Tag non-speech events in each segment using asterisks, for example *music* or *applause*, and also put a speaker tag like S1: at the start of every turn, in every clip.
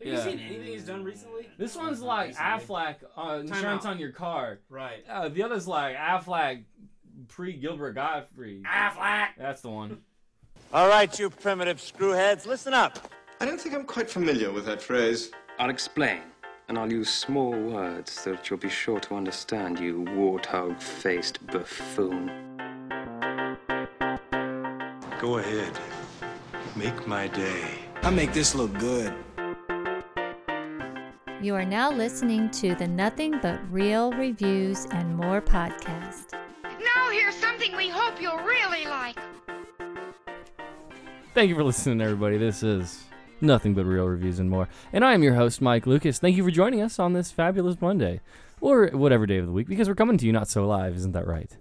S1: you
S2: Yeah.
S1: seen anything he's done recently?
S2: This one's like
S1: Recently.
S2: Affleck uh, insurance
S1: out.
S2: on your car.
S1: Right.
S2: Uh, the other's like Affleck pre Gilbert Godfrey.
S1: Affleck.
S2: That's the one.
S3: All right, you primitive screwheads, listen up.
S4: I don't think I'm quite familiar with that phrase.
S5: I'll explain, and I'll use small words that you'll be sure to understand, you warthog faced buffoon.
S6: Go ahead. Make my day.
S7: I make this look good.
S8: You are now listening to the Nothing But Real Reviews and More podcast.
S9: Now here's something we hope you'll really like.
S2: Thank you for listening, everybody. This is nothing but real reviews and more. And I am your host, Mike Lucas. Thank you for joining us on this fabulous Monday, or whatever day of the week, because we're coming to you not so live. Isn't that right?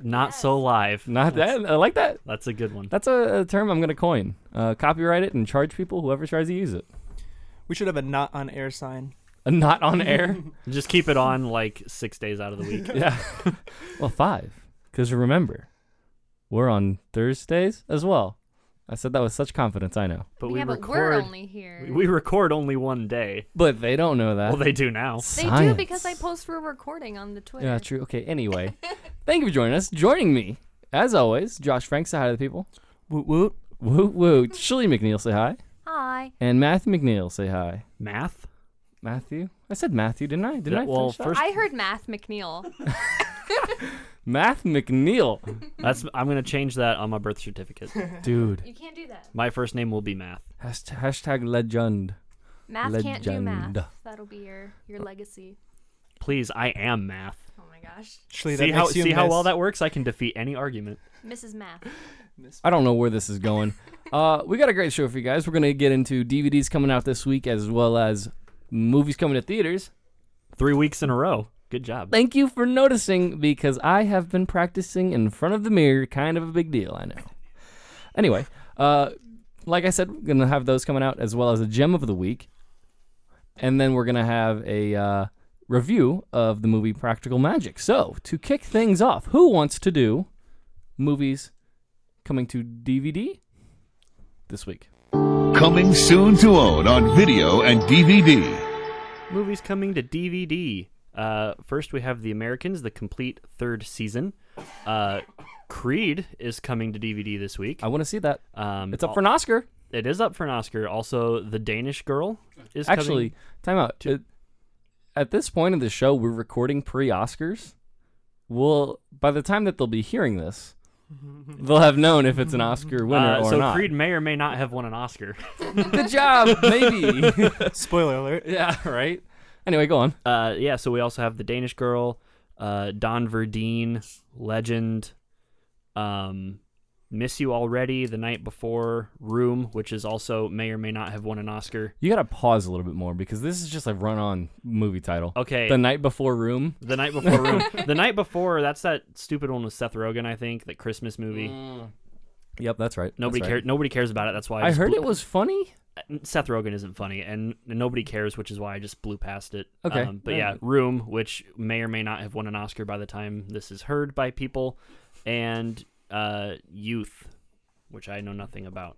S10: Not so live.
S2: Not that. I like that.
S10: That's a good one.
S2: That's a, a term I'm going to coin. Uh, copyright it and charge people whoever tries to use it.
S11: We should have a not on air sign.
S2: Uh, not on
S11: *laughs*
S2: air.
S10: Just keep it on like six days out of the *laughs*
S9: *laughs*
S10: week.
S2: yeah. *laughs* well, five. Because remember, we're on Thursdays as well. I said that with such confidence. I know,
S10: But we
S9: yeah,
S10: record.
S9: but we're only here.
S10: we record only one day.
S2: but they don't know that.
S10: Well, they do now.
S9: they do because I
S2: Science.
S9: post we're recording on the Twitter.
S2: Yeah, true. Okay.
S9: *laughs*
S2: Anyway, thank you for joining us. Joining me, as always, Josh Frank. Say hi to the people.
S11: Woot woot.
S2: Woot woot. Shirley McNeil. Say hi.
S9: Hi.
S2: And Matthew McNeil. Say hi.
S10: Math.
S2: Matthew. I said Matthew, didn't I? Didn't
S10: Yeah,
S2: I?
S10: well,
S2: finish that?
S10: first-
S9: I heard Math McNeil.
S2: Math McNeil.
S10: That's. I'm gonna change that on my birth certificate.
S2: Dude.
S9: *laughs* You can't do that.
S10: my first name will be Math.
S2: Hashtag, hashtag legend.
S9: Math can't do math.
S2: Legend.
S9: That'll be your your legacy.
S10: Please, I am Math.
S9: Oh my gosh,
S11: Actually, that
S10: see how
S11: makes you
S10: see how
S11: miss-
S10: well that works. I can defeat any argument.
S9: Mrs. Math.
S2: I don't know where this is going. uh, we got a great show for you guys. We're gonna get into DVDs coming out this week, as well as movies coming to theaters.
S10: Three weeks in a row. Good job.
S2: Thank you for noticing, because I have been practicing in front of the mirror. Kind of a big deal, I know. Anyway, uh, like I said, we're gonna have those coming out, as well as a gem of the week, and then we're gonna have a uh, review of the movie Practical Magic. So to kick things off, who wants to do movies coming to DVD this week?
S12: Coming soon to own on video and DVD.
S10: Movies coming to DVD. Uh, first, we have The Americans, the complete third season. Uh, Creed is coming to DVD this week.
S2: I want to see that.
S10: Um,
S2: It's up
S10: al-
S2: for an Oscar.
S10: It is up for an Oscar. Also, The Danish Girl is
S2: Actually,
S10: coming.
S2: time out. It- at this point in the show, we're recording pre-Oscars. Well, by the time that they'll be hearing
S10: *laughs*
S2: this, they'll have known if it's an Oscar winner
S10: Uh,
S2: or
S10: so
S2: not.
S10: Creed may or may not have won an Oscar. *laughs*
S2: Good job, maybe. *laughs*
S11: Spoiler alert.
S2: yeah, right. Anyway, go on.
S10: Uh, yeah. So we also have The Danish Girl, uh, Don Verdeen, Legend, um, Miss You Already, The Night Before, Room, which is also may or may not have won an Oscar.
S2: You gotta pause a little bit more because this is just a run-on movie title.
S10: Okay.
S2: The night before Room.
S10: The night
S2: *laughs*
S10: before room. the night before. That's that stupid one with Seth Rogen. I think that Christmas movie.
S2: Yep, that's right.
S10: Nobody
S2: that's right.
S10: cares. Nobody cares about it. That's why I,
S2: I
S10: just
S2: heard
S10: blew-
S2: it was funny.
S10: Seth Rogen isn't funny, and nobody cares, which is why I just blew past it.
S2: Okay.
S10: Um, but
S2: All
S10: yeah,
S2: right.
S10: Room, which may or may not have won an Oscar by the time this is heard by people, and uh, Youth, which I know nothing about.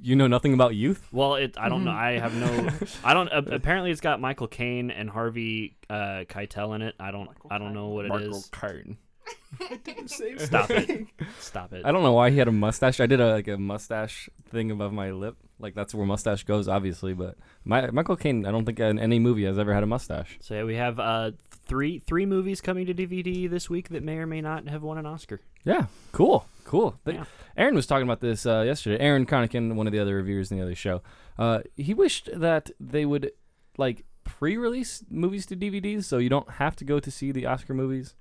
S2: You know nothing about youth.
S10: Well, it I don't know. I have no. I don't. a- apparently, it's got Michael Caine and Harvey uh, Keitel in it. I don't. I don't know what it is. Stop it. Stop it.
S2: I don't know why he had a mustache. I did a, like a mustache thing above my lip. Like that's where mustache goes, obviously. But my, Michael Caine, I don't think in any movie has ever had a mustache.
S10: So yeah, we have uh, three three movies coming to DVD this week that may or may not have won an Oscar.
S2: Yeah, cool, cool. Th-
S10: Yeah.
S2: Aaron was talking about this uh, yesterday. Aaron Connikin, one of the other reviewers in the other show, uh, he wished that they would like pre-release movies to DVDs, so you don't have to go to see the Oscar movies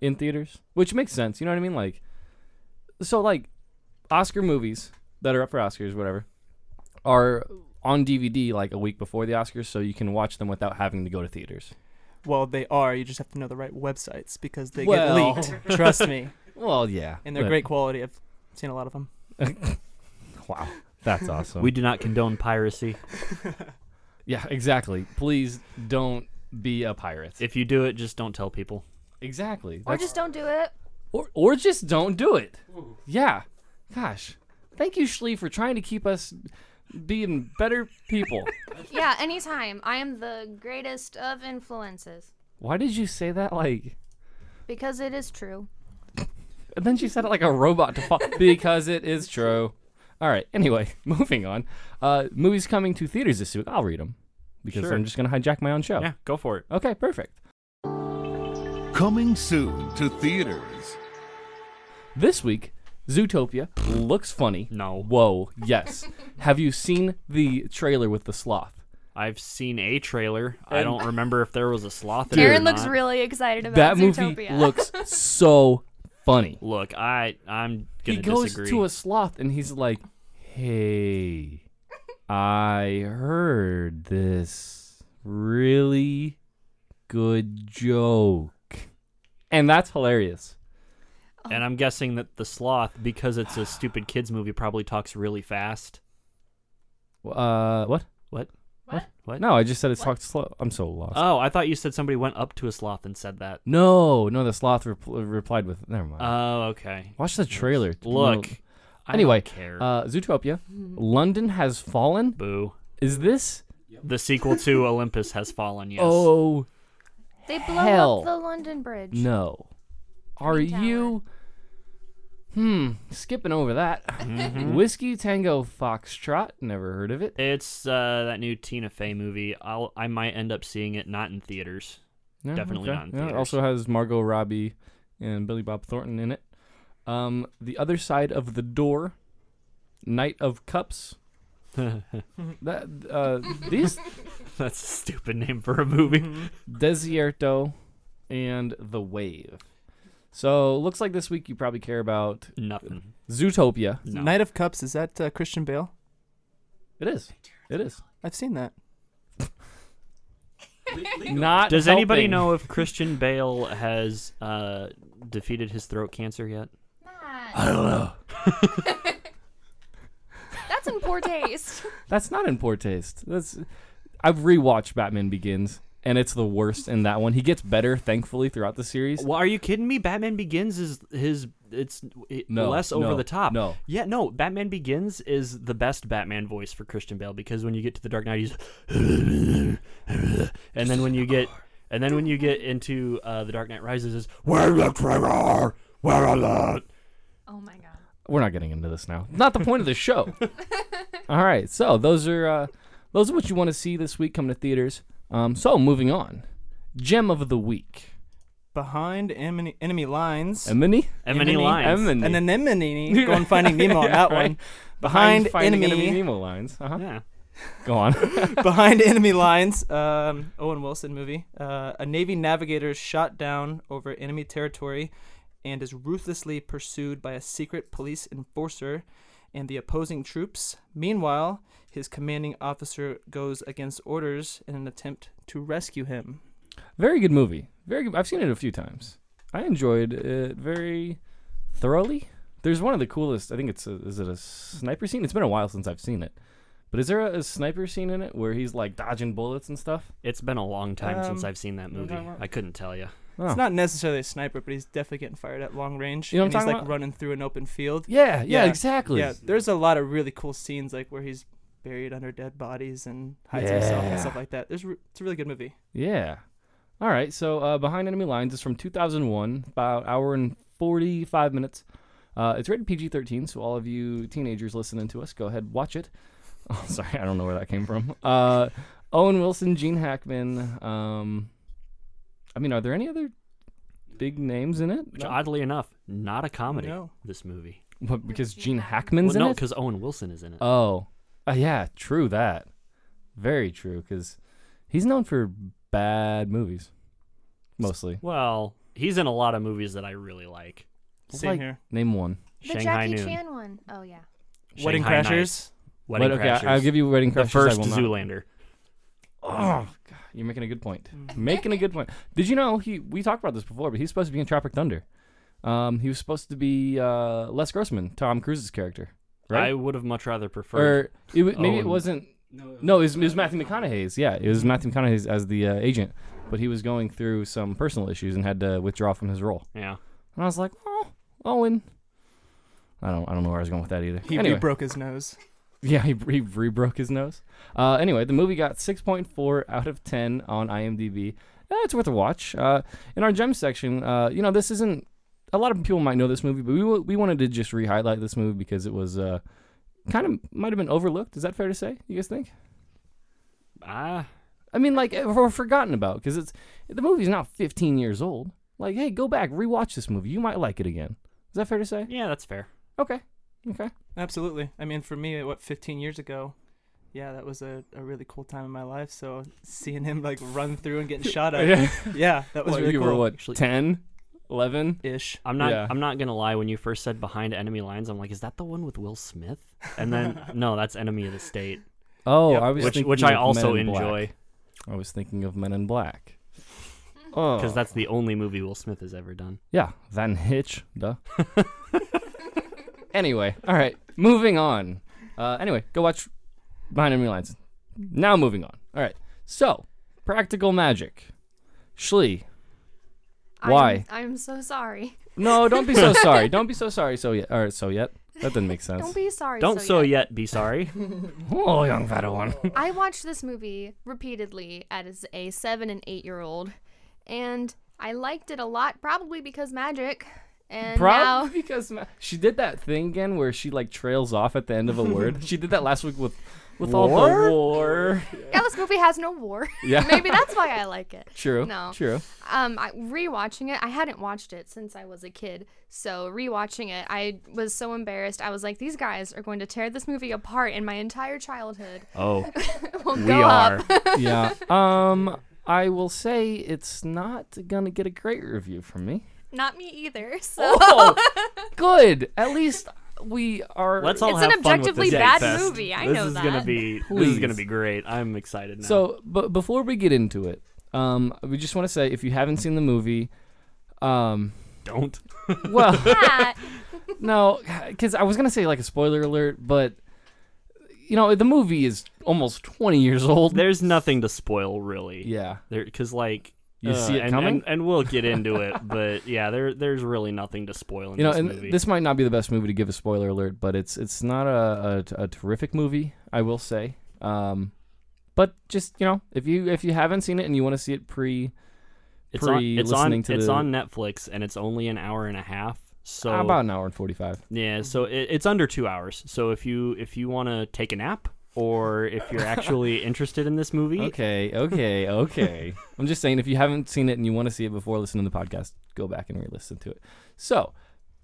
S2: in theaters, which makes sense. You know what I mean? Like, so like Oscar movies that are up for Oscars, whatever, are on DVD like a week before the Oscars, so you can watch them without having to go to theaters.
S11: Well, they are. You just have to know the right websites because they
S2: Well.
S11: get leaked. Trust me.
S2: Well, yeah,
S11: And they're
S2: but-
S11: great quality. I've seen a lot of them.
S2: Wow, that's *laughs* awesome.
S10: We do not condone piracy.
S2: Yeah, exactly. Please don't be a pirate.
S10: If you do it, just don't tell people.
S2: exactly.
S9: Or
S2: That's-
S9: just don't do it.
S2: or, or just don't do it. Yeah. Gosh. Thank you, Shlee, for trying to keep us being better people.
S9: yeah, anytime. I am the greatest of influences
S2: *laughs* Why did you say that like?
S9: because it is true.
S2: And then she said it like a robot *laughs* to fall because it is true. All right. Anyway, *laughs* moving on. Uh, movies coming to theaters this week. I'll read them because
S10: Sure.
S2: I'm just gonna hijack my own show.
S10: Yeah, go for it.
S2: Okay. Perfect.
S12: Coming soon to theaters.
S2: This week, Zootopia looks funny.
S10: No.
S2: Whoa. Yes. Have you seen the trailer with the sloth?
S10: I've seen a trailer. I don't remember if there was a sloth. in it or
S9: Aaron looks
S10: not.
S9: really excited about
S2: that movie
S9: Zootopia. *laughs*
S2: looks so funny.
S10: Look, I I'm
S2: He
S10: gonna
S2: goes
S10: disagree.
S2: to a sloth and he's like, "Hey, I heard this really good joke." And that's hilarious.
S10: And I'm guessing that the sloth, because it's a stupid kids movie, probably talks really fast.
S2: Uh, what?
S10: What? What? What?
S2: No, I just said it's talked slow. I'm so lost.
S10: Oh, I thought you said somebody went up to a sloth and said that.
S2: no, no, the sloth repl replied with, "Never mind."
S10: Oh, okay.
S2: Watch the trailer.
S10: Look.
S2: No.
S10: I
S2: Anyway,
S10: don't care.
S2: Uh, Zootopia, London has fallen.
S10: Boo.
S2: Is this?
S10: The sequel to Olympus has fallen. Yes.
S2: Oh
S9: They blow
S2: Hell.
S9: up the London Bridge.
S2: No. Are
S9: Green Tower.
S2: you Hmm, skipping over that.
S10: Mm-hmm.
S2: Whiskey Tango Foxtrot, never heard of it.
S10: It's uh, that new Tina Fey movie. I'll I might end up seeing it not in theaters. *laughs*
S2: Yeah,
S10: Definitely not in
S2: Yeah, it
S10: theaters.
S2: also has Margot Robbie and Billy Bob Thornton in it. Um, the other side of the door, Knight of
S10: *laughs*
S2: Cups. that uh, these
S10: That's a stupid name for a movie.
S2: Desierto and the Wave. So looks like this week you probably care about
S10: *laughs* Nothing.
S2: Zootopia.
S10: No.
S11: Knight of Cups is that uh, Christian Bale?
S2: It is. It is.
S11: I've seen that.
S2: Not.
S10: Does anybody
S2: helping.
S10: know if Christian Bale has uh, defeated his throat cancer yet?
S9: I don't know. That's in
S10: *laughs*
S9: poor taste.
S2: That's not in poor taste. That's I've rewatched Batman Begins and it's the worst in that one. He gets better thankfully throughout the series.
S10: Well, are you kidding me? Batman Begins is his it's it,
S2: No,
S10: less
S2: no,
S10: over the top.
S2: no.
S10: yeah, no. Batman Begins is the best Batman voice for Christian Bale because when you get to the Dark Knight, he's and then when you get and then when you get into uh, the Dark Knight Rises, is where the trigger, where a lot.
S9: Oh my god.
S2: We're not getting into this now. Not the point of the show. All right. So, those are uh, those are what you want to see this week coming to theaters. Um, so, moving on. Gem of the week.
S11: Behind enemy, enemy lines.
S2: Emini?
S10: And many
S11: Emily-
S10: lines.
S2: Emini.
S11: an anemone. Go and finding Nemo *laughs* on
S2: Yeah,
S11: that
S2: right.
S11: one. Behind,
S2: Finding
S11: enemy,
S2: Nemo lines. Uh-huh.
S10: Yeah.
S2: Go on. *laughs*
S11: behind *laughs* enemy lines. Um, Owen Wilson movie. Uh, a Navy navigator is shot down over enemy territory, and is ruthlessly pursued by a secret police enforcer, and the opposing troops. Meanwhile, his commanding officer goes against orders in an attempt to rescue him.
S2: Very good movie. Very good. I've seen it a few times. I enjoyed it very thoroughly. There's one of the coolest. I think it's a, is it a sniper scene? It's been a while since I've seen it. But is there a, a sniper scene in it where he's like dodging bullets and stuff?
S10: It's been a long time since
S11: Um,
S10: I've seen that movie. I couldn't tell you.
S2: Oh.
S11: It's not necessarily a sniper, but he's definitely getting fired at long range.
S2: You know what
S11: and
S2: I'm
S11: he's
S2: talking
S11: like
S2: about?
S11: running through an open field.
S2: Yeah, yeah, exactly.
S11: Yeah, there's a lot of really cool scenes like where he's buried under dead bodies and hides himself
S2: Yeah.
S11: and stuff like that. There's re- it's a really good movie.
S2: Yeah. All right. So uh, Behind Enemy Lines is from 2001, about hour and 45 minutes. Uh, it's rated PG 13, so all of you teenagers listening to us, go ahead, watch it. *laughs* Oh, sorry, I don't know where that came from. *laughs* Uh, Owen Wilson, Gene Hackman. Um, I mean, are there any other big names in it?
S10: Which, oddly enough, not a comedy.
S11: No.
S10: This movie.
S2: What, because Gene Hackman's
S10: well, no,
S2: in it?
S10: because Owen Wilson is in it.
S2: Oh, uh, yeah, true that. Very true, because he's known for bad movies, mostly.
S10: well, he's in a lot of movies that I really like.
S11: Same
S2: Like,
S11: here.
S2: Name one.
S9: The
S10: Shanghai
S9: Jackie
S10: Noon.
S9: Chan one. Oh yeah.
S11: Wedding
S10: Shanghai
S11: Crashers.
S10: Nights. Wedding
S2: Wed-
S10: Crashers.
S2: Okay, I'll give you Wedding Crashers.
S10: the first
S2: I will not.
S10: Zoolander.
S2: Oh, God, you're making a good point. making a good point. Did you know he? We talked about this before, but he's supposed to be in Tropic Thunder. Um, he was supposed to be uh, Les Grossman, Tom Cruise's character,
S10: I
S2: right?
S10: would have much rather preferred.
S2: or it, wa- maybe it
S10: Owen.
S2: wasn't. No, no, it was, it was Matthew McConaughey's. Yeah, it was Matthew McConaughey's as the uh, agent, but he was going through some personal issues and had to withdraw from his role.
S10: yeah,
S2: And I was like, oh, Owen. I don't, I don't know where I was going with that either.
S11: He, he
S2: anyway,
S11: broke his nose.
S2: Yeah, he, he re-broke his nose. Uh, anyway, the movie got 6.4 out of 10 on IMDb. Eh, it's worth a watch. Uh, in our gem section, uh, you know, this isn't... A lot of people might know this movie, but we, wa- we wanted to just re-highlight this movie because it was uh, kind of... Might have been overlooked. Is that fair to say? You guys think?
S10: Ah,
S2: I mean, like, eh, or forgotten about because it's... The movie's not 15 years old. Like, hey, go back, rewatch this movie. You might like it again. Is that fair to say?
S10: yeah, that's fair.
S2: Okay. Okay.
S11: Absolutely. I mean, for me, what 15 years ago, yeah, that was a, a really cool time in my life. So seeing him like run through and *laughs* getting
S2: *laughs*
S11: shot at, yeah, that was
S2: Well,
S11: really
S2: you
S11: cool.
S2: were what,
S10: Actually-
S2: 10, 11?
S11: Ish.
S10: I'm not.
S2: Yeah.
S10: I'm not gonna lie. When you first said "behind enemy lines," I'm like, "Is that the one with Will Smith?" And
S9: *laughs*
S11: *laughs*
S10: then, no, that's "Enemy of the State,"
S2: Oh,
S11: Yep.
S2: I was
S10: which
S2: thinking
S10: which I
S2: of
S10: also
S2: Men in Black.
S10: enjoy
S2: I was thinking of Men in
S10: *laughs*
S2: Black. Oh,
S10: because that's the only movie Will Smith has ever done.
S2: yeah, Van Hitch, duh. *laughs* anyway, all right, moving on. Uh, anyway, go watch Behind Enemy Lines. Now moving on. All right, so Practical Magic, Shlee. Why?
S9: I'm, I'm so sorry.
S2: No, don't be
S9: *laughs*
S2: so sorry. Don't be so sorry. So yet, or so yet. That doesn't make sense.
S9: Don't be sorry.
S10: Don't
S9: so,
S10: so yet be
S9: *laughs*
S10: sorry.
S2: oh, young one.
S9: I watched this movie repeatedly as a seven and eight year old, and I liked it a lot, probably because magic. And
S2: Probably
S9: now,
S2: because ma- she did that thing again where she like trails off at the end of a word. she did that last week with with all the war.
S9: yeah, this movie has no war. *laughs*
S2: Yeah.
S9: Maybe that's why I like it.
S2: *laughs* True.
S9: No.
S2: True.
S9: Um, I, rewatching it, I hadn't watched it since I was a kid. So rewatching it, I was so embarrassed. I was like, these guys are going to tear this movie apart, and my entire childhood *laughs*
S10: Oh,
S9: will
S10: we
S9: go
S10: are.
S9: up. *laughs*
S2: Yeah. Um, I will say it's not gonna get a great review from me.
S9: Not me either. So
S10: *laughs*
S2: Oh, good. At least we are.
S10: Let's all
S9: It's an
S10: have fun with
S9: objectively
S10: this
S9: bad
S10: fest.
S9: movie, I
S10: this
S9: know
S10: is gonna
S9: that.
S10: be. This is
S2: Please.
S10: gonna be great. I'm excited now.
S2: So, but before we get into it, um, we just want to say if you haven't seen the movie, um,
S10: don't. *laughs*
S2: well.
S9: that.
S2: No, because I was gonna say like a spoiler alert, but you know the movie is almost twenty years old.
S10: There's nothing to spoil really.
S2: yeah,
S10: There, because like uh,
S2: You see it
S10: and,
S2: coming?
S10: and, and we'll get into it. But yeah, there there's really nothing to spoil in
S2: you know,
S10: this
S2: and
S10: movie.
S2: this might not be the best movie to give a spoiler alert, but it's it's not a a, a terrific movie, I will say. Um, but just you know, if you if you haven't seen it and you want to see it pre,
S10: it's on,
S2: pre-
S10: it's
S2: listening
S10: on
S2: to
S10: it's
S2: the-
S10: on Netflix, and it's only an hour and a half. So
S2: about an hour and forty five.
S10: yeah, so it, it's under two hours. So if you if you want to take a nap, or if you're
S2: *laughs*
S10: actually interested in this movie,
S2: Okay, okay, okay. I'm just saying, if you haven't seen it and you want to see it before listening to the podcast, go back and re-listen to it. So,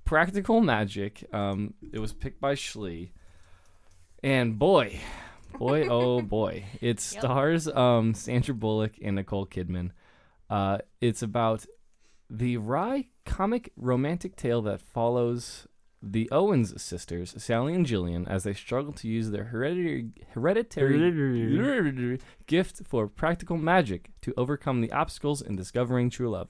S2: Practical Magic. Um, it was picked by Schlee, and boy, boy, oh boy, it stars um Sandra Bullock and Nicole Kidman. Uh, it's about the wry comic romantic tale that follows the Owens sisters, Sally and Jillian, as they struggle to use their hereditary hereditary gift for practical magic to overcome the obstacles in discovering true love.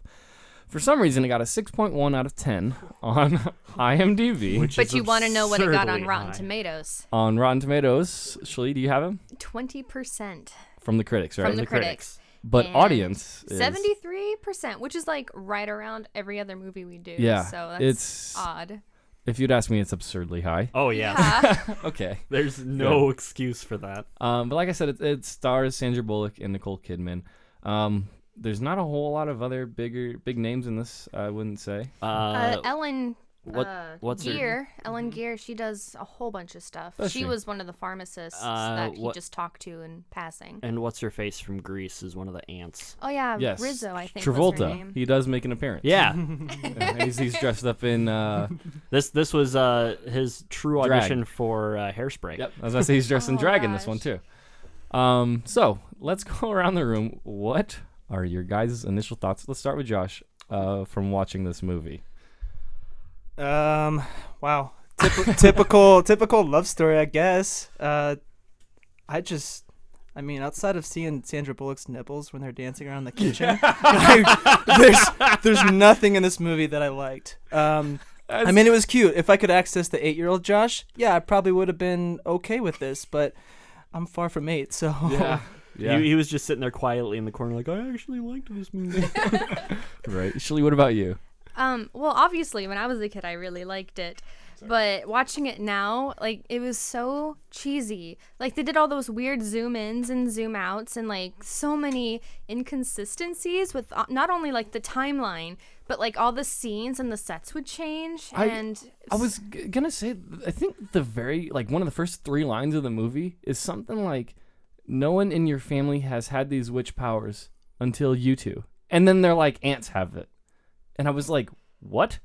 S2: For some reason, it got a 6.1 out of 10 on IMDb.
S10: which
S9: But
S10: is
S9: you want to know what it got on
S10: absurdly
S9: Rotten
S10: high.
S9: Tomatoes?
S2: on Rotten Tomatoes, Shlee, do you have him?
S9: Twenty percent
S2: From the critics, right?
S9: from the, critics.
S2: but
S9: And
S2: audience is-
S9: Seventy-three percent, which is like right around every other movie we do.
S2: Yeah,
S9: so that's
S2: it's-
S9: odd.
S2: If you'd ask me, it's absurdly high.
S10: Oh yeah,
S2: Okay.
S10: *laughs* there's no excuse for that.
S2: Um, but like I said, it, it stars Sandra Bullock and Nicole Kidman. Um, there's not a whole lot of other bigger big names in this. I wouldn't say.
S10: Uh,
S9: Uh, Ellen.
S10: what-
S9: uh,
S10: what's her-
S9: Gear? Ellen Gear. She does a whole bunch of stuff.
S2: Does
S9: she,
S2: she?
S9: was one of the pharmacists
S10: Uh,
S9: that he
S10: what-
S9: just talked to in passing.
S10: and what's her face from Greece is one of the
S2: *laughs*
S10: ants.
S9: Oh yeah,
S2: yes,
S9: Rizzo. I think
S2: Travolta.
S9: Was her name.
S2: He does make an appearance.
S10: Yeah,
S2: Yeah, he's, he's dressed up in. Uh,
S10: This this was uh, his true
S2: Drag.
S10: audition for uh, Hairspray.
S2: yep, I was gonna say he's dressed in
S9: Oh,
S2: drag in this
S9: gosh.
S2: one too. Um, so let's go *laughs* around the room. What are your guys' initial thoughts? Let's start with Josh uh, from watching this movie.
S11: Um, wow. Typ- *laughs* typical, typical love story, I guess. Uh, I just, I mean, outside of seeing Sandra Bullock's nipples when they're dancing around the kitchen, like, there's there's nothing in this movie that I liked. Um, I mean, it was cute. If I could access the eight-year-old Josh, yeah, I probably would have been okay with this, but I'm far from eight, so
S2: *laughs* Yeah.
S10: He, he was just sitting there quietly in the corner, like I actually liked this movie.
S2: right. Shirley, what about you?
S9: Um, well, obviously, when I was a kid, I really liked it. But watching it now, like it was so cheesy. Like they did all those weird zoom ins and zoom outs and like so many inconsistencies with uh, not only like the timeline, but like all the scenes and the sets would change
S2: I-
S9: and
S2: I was g- gonna say, th- I think the very like one of the first three lines of the movie is something like, "No one in your family has had these witch powers until you two, and then they're like ants have it, and I was like, "What?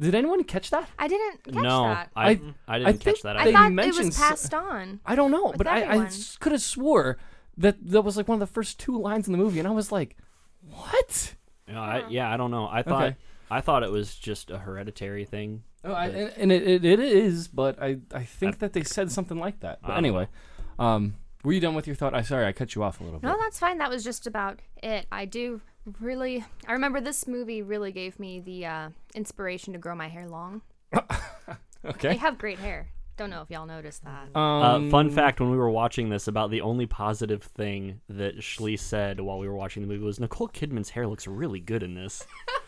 S2: Did anyone catch that?"
S9: I didn't catch
S10: no,
S9: that.
S10: I, I didn't catch
S2: think
S10: that.
S9: I
S2: they
S10: either.
S9: thought it
S2: mentioned
S9: was
S2: so-
S9: passed on.
S2: I don't know,
S9: with
S2: but I, I
S9: everyone.
S2: could have swore that that was like one of the first two lines in the movie, and I was like, "What?"
S10: No, I- yeah, I don't know. I thought
S2: Okay.
S10: I thought it was just a hereditary thing.
S2: Oh, I,
S10: but-
S2: and and it, it, it is, but I, I think that they said something like that. But
S10: I don't
S2: anyway, um, were you done with your thought? I sorry, I cut you off a little bit.
S9: No, that's fine. That was just about it. I do really. I remember this movie really gave me the uh, inspiration to grow my hair long. I
S2: *laughs* okay. Um,
S9: have great hair. Don't know if y'all noticed that.
S10: uh, fun fact: When we were watching this, about the only positive thing that Schlee said while we were watching the movie was Nicole Kidman's hair looks really good in this.
S11: *laughs*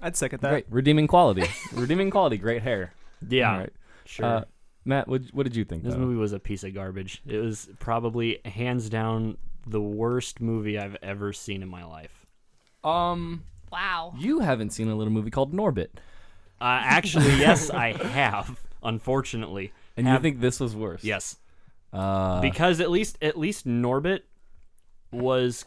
S11: I'd second that.
S2: Great redeeming quality, *laughs* redeeming quality. Great hair.
S10: Yeah,
S2: All right.
S10: sure.
S2: Uh, Matt, what what did you think?
S10: This
S2: though?
S10: movie was a piece of garbage. It was probably hands down the worst movie I've ever seen in my life.
S2: Um,
S9: Wow.
S2: you haven't seen a little movie called Norbit,
S10: Uh, actually, yes, I have. Unfortunately,
S2: and you
S10: Have-
S2: think this was worse?
S10: yes,
S2: Uh,
S10: because at least at least Norbit was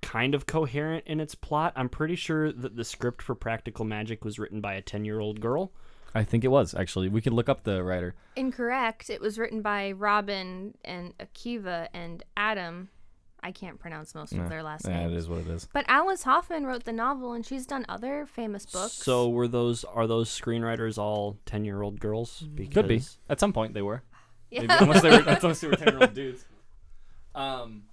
S10: kind of coherent in its plot. I'm pretty sure that the script for Practical Magic was written by a ten year old girl.
S2: I think it was actually. We could look up the writer.
S9: Incorrect. It was written by Robin and Akiva and Adam. I can't pronounce most of their last
S2: Yeah, it
S9: names.
S2: is what it is.
S9: But Alice Hoffman wrote the novel, and she's done other famous books.
S10: So were those are those screenwriters all ten year old girls? Because
S2: Could be. At some point, they were.
S9: *laughs* Yeah.
S2: Maybe, unless *laughs* they were unless they were ten year old dudes. Um,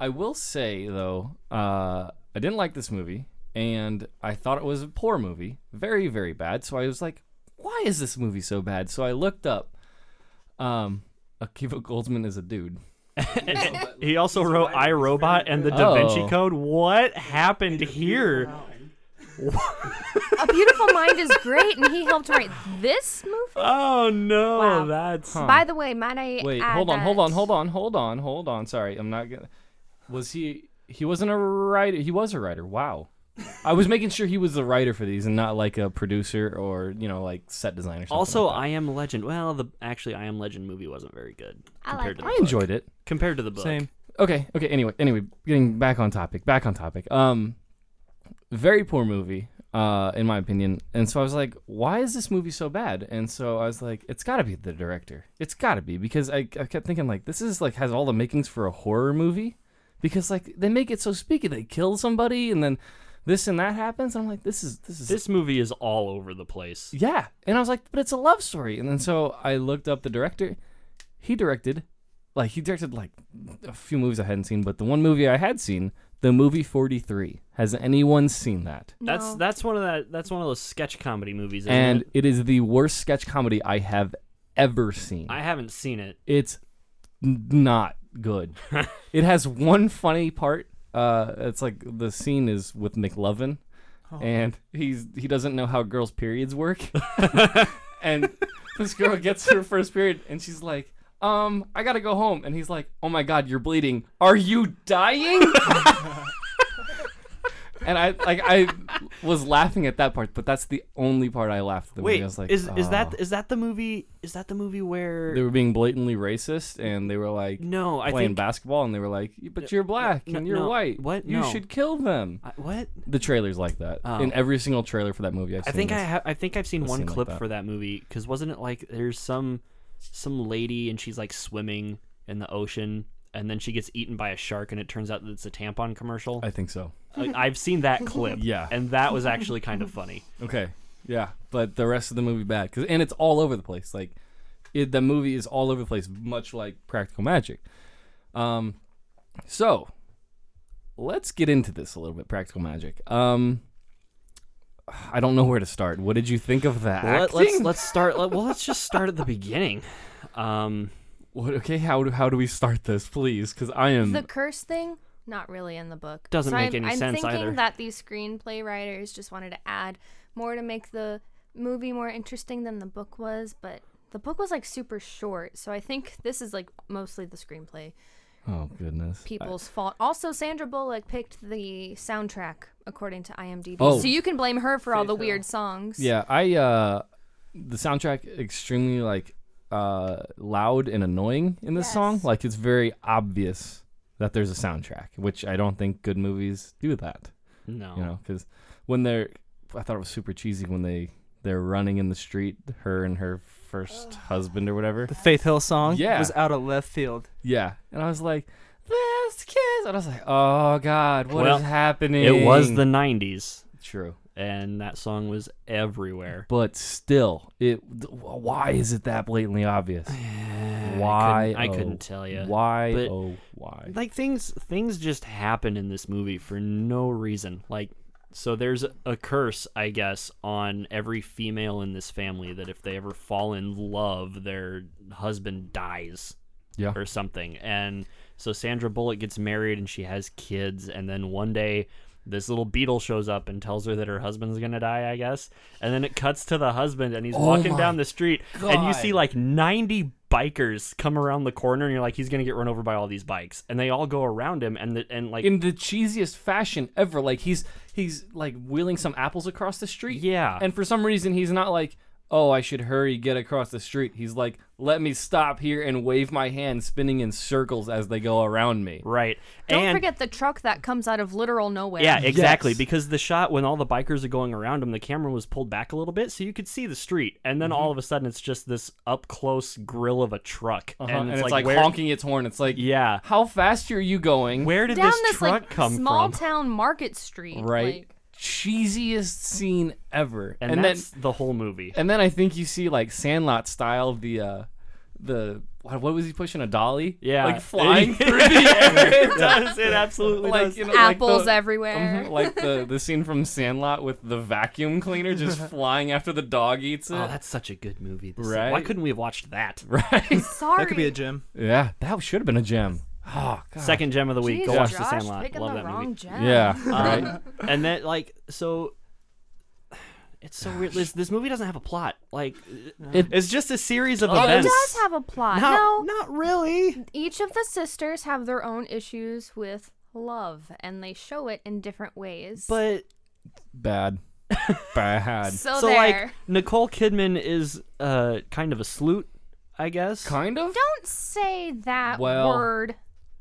S2: I will say though, uh, I didn't like this movie, and I thought it was a poor movie, very very bad. So I was like, why is this movie so bad? So I looked up. Um, Akiva Goldsman is a dude.
S10: He also wrote I Robot and the Da Vinci
S2: Oh.
S10: Code. What happened here?
S9: a Beautiful Mind is great, and he helped write this movie.
S10: Oh no,
S9: Wow.
S10: that's
S9: By the way, might I
S2: Wait,
S9: add
S2: hold on, hold
S9: Ah, that-
S2: on, hold on, hold on, hold on. Sorry, I'm not gonna. Was he? He wasn't a writer. He was a writer. Wow. I was making sure he was the writer for these and not like a producer or you know like set designer.
S10: also
S2: like
S10: I Am Legend. Well, the actually I Am Legend movie wasn't very good
S9: I
S10: compared to
S9: like it.
S10: the
S2: that. I
S10: book.
S2: enjoyed it.
S10: compared to the book.
S11: Same.
S2: Okay, okay. Anyway, anyway, getting back on topic. Back on topic. Um, very poor movie, uh, in my opinion. And so I was like, why is this movie so bad? And so I was like, it's got to be the director. It's got to be because I, I kept thinking like, this is like has all the makings for a horror movie, because like they make it so spooky. They kill somebody and then this and that happens. And I'm like, this is this is
S10: This movie is all over the place.
S2: yeah. And I was like, but it's a love story. And then so I looked up the director. He directed, like, he directed like a few movies I hadn't seen, but the one movie I had seen, the movie 43. Has anyone seen that?
S10: That's
S9: No.
S10: that's one of that that's one of those sketch comedy movies. Isn't
S2: And
S10: it?
S2: it is the worst sketch comedy I have ever seen.
S10: I haven't seen it.
S2: It's n- not
S10: *laughs*
S2: good. it has one funny part. Uh, it's like the scene is with McLovin,
S10: Oh.
S2: and he's he doesn't know how girls' periods
S10: *laughs*
S2: work, and this girl gets her first period, and she's like. Um, I gotta go home, and he's like, "Oh my God, you're bleeding! Are you
S10: *laughs*
S2: dying?" and I like I was laughing at that part, but that's the only part I laughed. At the movie.
S10: Wait,
S2: I was like,
S10: is is that
S2: "Oh."
S10: is that the movie? Is that the movie where?
S2: they were being blatantly racist, and they were like,
S10: no, I
S2: playing
S10: think. Uh,
S2: basketball and they were like, "But you're black
S10: no,
S2: and you're
S10: no,
S2: white.
S10: what?
S2: You
S10: No.
S2: should kill them."
S10: I- what?
S2: The trailers like that
S10: Oh.
S2: in every single trailer for that movie. I've
S10: I
S2: seen
S10: think I
S2: this.
S10: have. I think I've seen
S2: I've
S10: one
S2: seen like
S10: clip
S2: that.
S10: for that movie because wasn't it like there's some some lady and she's like swimming in the ocean and then she gets eaten by a shark and it turns out that it's a tampon commercial.
S2: I think so.
S10: I, I've seen that clip.
S2: Yeah.
S10: and that was actually kind
S2: *laughs*
S10: of funny.
S2: Okay, yeah, but the rest of the movie bad 'Cause- and it's all over the place. Like, it, the movie is all over the place, much like Practical Magic. Um, so let's get into this a little bit. Practical Magic. Um. I don't know where to start. What did you think of that?
S10: Let,
S2: acting?
S10: let's let's start. Let, well, let's just start at
S2: *laughs*
S10: the beginning. Um,
S2: What, okay, how do, how do we start this, please? Because I am
S9: the curse thing not really in the book
S10: Mm. Doesn't
S9: So
S10: make
S9: I'm,
S10: any
S9: I'm
S10: sense
S9: thinking
S10: either.
S9: that these screenplay writers just wanted to add more to make the movie more interesting than the book was, but the book was like super short, so I think this is like mostly the screenplay
S2: Oh goodness.
S9: people's fault. Also, Sandra Bullock picked the soundtrack according to IMDb,
S2: Oh.
S9: so you can blame her for all the weird songs.
S2: Yeah, I uh the soundtrack extremely like uh loud and annoying in this song. Like it's very obvious that there's a soundtrack, which I don't think good movies do that.
S10: No.
S2: You know, cuz when they're I thought it was super cheesy when they they're running in the street her and her first husband or whatever.
S11: The Faith Hill song
S2: Yeah.
S11: was out of left field.
S2: Yeah. And I was like this kiss and I was like, "Oh god, what is
S10: Well,
S2: happening?"
S10: It was the 90s.
S2: True.
S10: And that song was everywhere.
S2: but still, it th- why is it that blatantly *sighs* obvious? Why
S10: I
S2: oh,
S10: couldn't tell ya.
S2: Why
S10: But-
S2: oh why?
S10: Like things things just happen in this movie for no reason. Like so there's a curse, I guess, on every female in this family that if they ever fall in love, their husband dies.
S2: Yeah.
S10: or something. And so Sandra Bullock gets married and she has kids. And then one day, this little beetle shows up and tells her that her husband's gonna die, I guess. And then it cuts to the husband and he's walking
S2: Oh my
S10: down the street and you see
S2: God.
S10: like 90 bikers come around the corner and you're like, he's gonna get run over by all these bikes. And they all go around him and the, and like
S2: In the cheesiest fashion ever. Like he's he's like wheeling some apples across the street.
S10: Yeah.
S2: And for some reason he's not like, "Oh, I should hurry get across the street." He's like, "Let me stop here and wave my hand spinning in circles as they go around me."
S10: right.
S9: Don't
S10: and
S9: forget the truck that comes out of literal nowhere.
S10: Yeah, exactly.
S2: Yes.
S10: Because the shot when all the bikers are going around him, the camera was pulled back a little bit, so you could see the street, and then
S2: Mm-hmm.
S10: all of a sudden it's just this up close grill of a truck,
S2: Uh-huh. And, it's, like,
S10: where,
S2: honking its horn. It's like,
S10: Yeah,
S2: "How fast are you going?"
S10: where did
S9: down
S10: this,
S9: this
S10: truck
S9: like
S10: come
S9: small
S10: from?
S9: town market street.
S2: right?
S9: like-
S2: Cheesiest scene ever.
S10: and,
S2: then
S10: that's the
S2: *laughs*
S10: whole movie.
S2: And then I think you see like Sandlot style the uh the what what was he pushing a dolly?
S10: Yeah.
S2: like *laughs* flying through the air.
S10: it does. It absolutely
S2: Like
S10: does.
S2: you know,
S9: Apples
S2: like the,
S9: everywhere.
S2: Mhm, *laughs*
S10: Mm-hmm.
S2: like the the scene from Sandlot with the vacuum cleaner *laughs* just flying after the dog eats it.
S10: Oh, that's such a good movie. This-
S2: Right?
S10: Why couldn't we have watched that?
S2: *laughs* right.
S9: Sorry.
S11: That could be a gem.
S2: yeah, that should have been a gem. Oh god.
S10: Second gem of the week.
S9: Jeez,
S10: Go watch
S9: Josh,
S10: The Sandlot.
S9: Picking
S10: Love
S9: the
S10: that
S2: *laughs*
S9: wrong
S10: movie.
S9: gem.
S2: Yeah.
S10: Um,
S2: Right.
S10: and then like so it's so weird this, this movie doesn't have a plot like it's just a series of
S9: It
S10: events
S9: does have a plot.
S10: not,
S9: no,
S10: not really
S9: each of the sisters have their own issues with love, and they show it in different ways.
S10: but
S2: Bad.
S9: *laughs*
S2: Bad.
S9: so,
S10: so
S9: there.
S10: like nicole kidman is uh kind of a sleut i guess
S2: Kind of.
S9: Don't say that
S2: Well-
S9: word.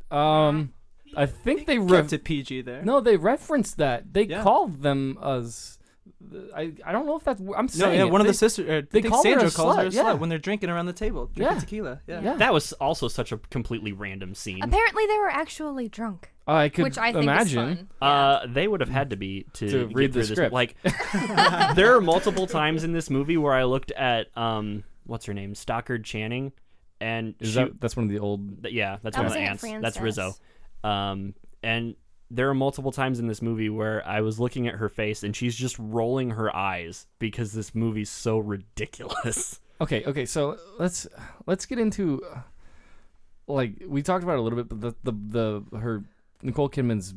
S2: Um, I think they re-
S11: Kept to PG there.
S2: No, they referenced that. They
S11: Yeah.
S2: called them as. I I don't know if that's. I'm
S11: No,
S2: saying
S11: yeah,
S2: it.
S11: one of
S2: They-
S11: the sisters. Or,
S2: they
S11: I think
S2: call her a
S11: Sandra calls her a
S2: slut, yeah.
S11: slut when they're drinking around the table, drinking
S2: Yeah.
S11: tequila. Yeah.
S2: Yeah,
S10: that was also such a completely random scene
S9: Apparently, they were actually drunk,
S2: I could
S9: which I think
S2: imagine.
S9: is fun.
S10: Uh, they would have had to be to,
S2: To
S10: get
S2: read the
S10: through this-
S2: script. *laughs*
S10: Like, there are multiple times in this movie where I looked at um, what's her name, Stockard Channing, and
S2: Is
S10: she,
S2: that that's one of the old?
S10: Th- yeah, that's
S9: I
S10: one
S9: was
S10: of the ants.
S9: thinking
S10: That's Rizzo.
S9: Frances.
S10: Um, and there are multiple times in this movie where I was looking at her face and she's just rolling her eyes because this movie's so ridiculous. *laughs*
S2: Okay, okay. So let's let's get into uh, like we talked about it a little bit, but the the, the her Nicole Kidman's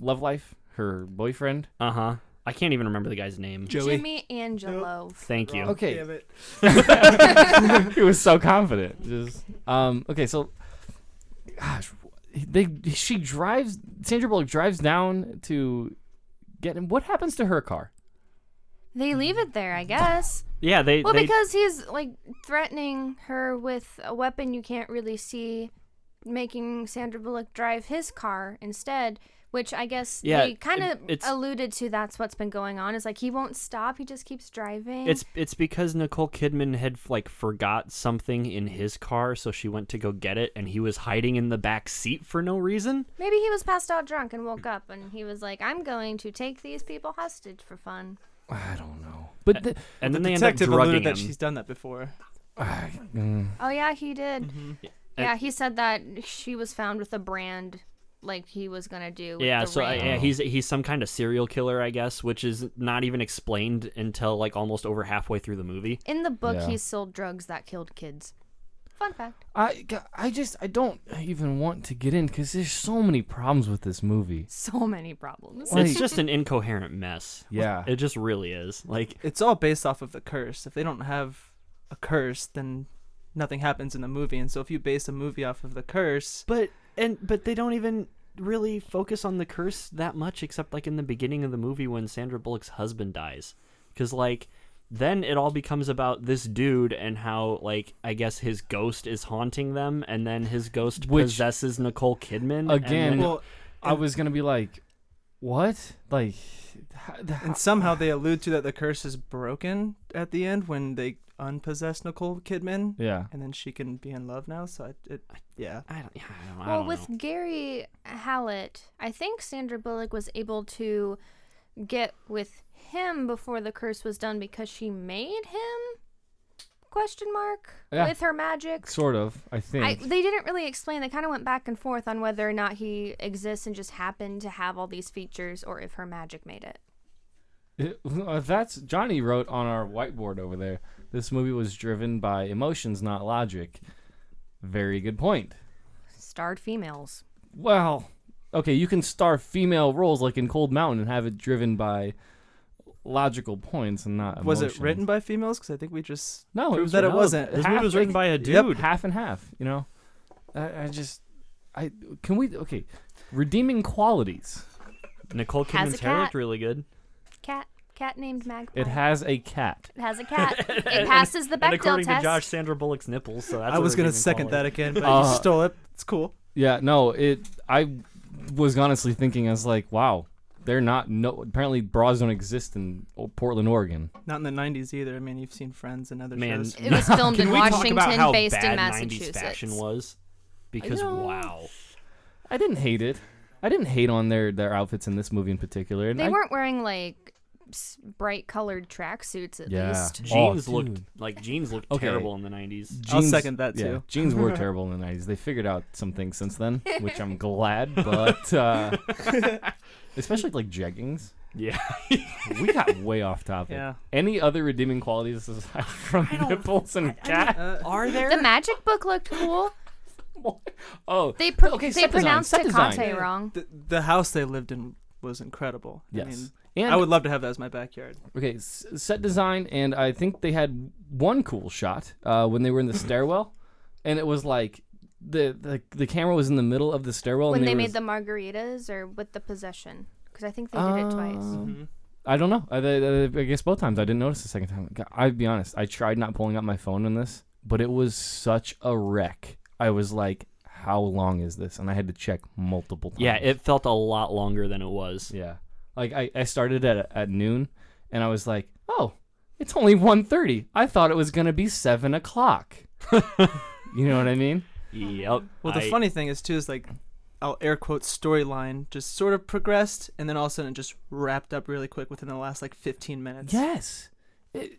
S2: love life, her boyfriend.
S10: Uh huh. I can't even remember the guy's name.
S11: Joey.
S9: Jimmy Angelo.
S10: Thank you.
S2: Okay,
S11: Damn it.
S2: *laughs* he was so confident. Just um. Okay, so gosh, they she drives Sandra Bullock drives down to get him. What happens to her car?
S9: They leave it there, I guess.
S10: Yeah, they.
S9: Well,
S10: they
S9: because he's like threatening her with a weapon you can't really see, making Sandra Bullock drive his car instead. Which I guess
S10: Yeah,
S9: they kind
S10: it-
S9: of
S10: it's-
S9: alluded to. That's what's been going on. Is like he won't stop. He just keeps driving.
S10: It's it's because Nicole Kidman had like forgot something in his car, so she went to go get it, and he was hiding in the back seat for no reason.
S9: maybe he was passed out drunk and woke up, and he was like, "I'm going to take these people hostage for fun."
S2: I don't know. But the,
S10: And
S11: The
S10: then they end up
S11: detective alluded
S10: drugging
S11: that
S10: him.
S11: she's done that before.
S9: Oh yeah, he did. Yeah,
S10: Mm-hmm. And-
S9: he said that she was found with a brand, like he was gonna do. With
S10: yeah
S9: the
S10: so I,
S9: ring.
S10: yeah, he's he's some kind of serial killer i guess which is not even explained until like almost over halfway through the movie
S9: in the book,
S2: Yeah.
S9: he sold drugs that killed kids. Fun fact.
S2: I, g- I just I don't even want to get in because there's so many problems with this movie.
S9: So many problems.
S10: it's just an incoherent mess.
S2: Yeah.
S10: It just really is. Like
S11: it's all based off of the curse. If they don't have a curse, then nothing happens in the movie. And so if you base a movie off of the curse,
S10: but and but they don't even really focus on the curse that much except like in the beginning of the movie when Sandra Bullock's husband dies cuz like then it all becomes about this dude and how like I guess his ghost is haunting them and then his ghost
S2: Which-
S10: possesses Nicole Kidman and
S2: Again,
S10: then-
S11: well,
S2: I was gonna be like, what? Like, h- h-
S11: and somehow they allude to that the curse is broken at the end when they unpossess Nicole Kidman.
S2: yeah.
S11: And then she can be in love now. So it, it yeah.
S10: I don't, yeah, I don't, I
S9: Well,
S10: don't
S9: with
S10: know.
S9: Gary Hallett, I think Sandra Bullock was able to get with him before the curse was done because she made him question mark
S2: Yeah.
S9: with her magic.
S2: Sort of. I think.
S9: I, they didn't really explain. They kind of went back and forth on whether or not he exists and just happened to have all these features, or if her magic made it.
S2: It- *laughs* uh, that's Johnny wrote on our whiteboard over there. This movie was driven by emotions, not logic. Very good point.
S9: Starred females.
S2: Well, okay, you can star female roles like in Cold Mountain and have it driven by logical points and not.
S11: Was it
S2: emotions.
S11: written by females? Because I think we just
S2: No, it
S11: proved
S2: was
S11: that it
S2: no,
S11: wasn't.
S10: This movie was written by a
S2: Yep,
S10: dude.
S2: half and half. You know, I, I just, I can we okay, redeeming qualities.
S10: Nicole
S9: Has a
S10: Kidman's hair looked
S9: cat.
S10: really good.
S9: Cat. Cat named Magpie.
S2: It has a cat.
S9: It has
S10: *laughs*
S9: a cat. it passes the
S10: And
S9: Bechdel
S10: according
S9: test.
S10: to Josh, Sandra Bullock's nipples. So that's
S11: I
S10: a
S11: was gonna
S10: redeeming
S11: second that
S10: quality.
S11: again, but
S2: Uh,
S11: you stole it. It's cool.
S2: Yeah, no, it. I was honestly thinking, I was like, wow, they're not. No, apparently bras don't exist in O- Portland, Oregon.
S11: Not in the '90s either. I mean, you've seen Friends and other
S10: Man,
S11: shows.
S10: *laughs*
S9: It was filmed
S10: Can
S9: in
S10: we talk about
S9: Washington,
S10: how
S9: based
S10: bad
S9: in
S10: 90s fashion
S9: Massachusetts.
S10: was? Because
S2: know.
S10: wow,
S2: I didn't hate it. I didn't hate on their their outfits in this movie in particular. And
S9: They
S2: I-
S9: weren't wearing like s- bright colored tracksuits at
S2: Yeah.
S9: least.
S2: Oh,
S10: jeans looked
S2: dude.
S10: like jeans looked
S2: Okay.
S10: terrible in the 90s.
S11: I'll second
S2: *laughs*
S11: that,
S2: yeah,
S11: too.
S2: jeans
S11: *laughs*
S2: were terrible in the nineties. They figured out some things since then, which I'm glad. But uh, *laughs* especially like jeggings,
S10: Oh, *laughs* Yeah,
S2: we got way off topic.
S11: Yeah.
S2: Any other redeeming qualities aside from nipples and cat?
S11: uh,
S10: are
S9: *laughs*
S10: there?
S9: The magic book looked cool.
S2: oh,
S9: They pr-
S2: okay,
S9: they
S2: set design,
S9: pronounced
S2: set design.
S9: Tecate wrong.
S11: the, the house they lived in was incredible. I mean,
S2: Yes. And
S11: I would love to have that as my backyard.
S2: Okay, s- set design, and I think they had one cool shot uh, when they were in
S10: *laughs*
S2: the stairwell, and it was like the, the the camera was in the middle of the stairwell.
S9: When
S2: and
S9: they
S2: were-
S9: made the margaritas or with the possession, because I think they did it twice.
S10: Oh. Mm-hmm.
S2: Um, I don't know. I, I- I guess both times I didn't notice the second time. God, I'll be honest. I tried not pulling out my phone in this, but it was such a wreck. I was like, "How long is this?" And I had to check multiple times.
S10: yeah, it felt a lot longer than it was.
S2: Yeah. Like I, I started at at noon and I was like, Oh, it's only 1.30. I thought it was gonna be seven *laughs* o'clock. you know what I mean?
S10: Yep.
S11: Well, the
S10: I-
S11: funny thing is too is like, I'll air quote storyline just sort of progressed, and then all of a sudden it just wrapped up really quick within the last like 15 minutes.
S2: Yes. It,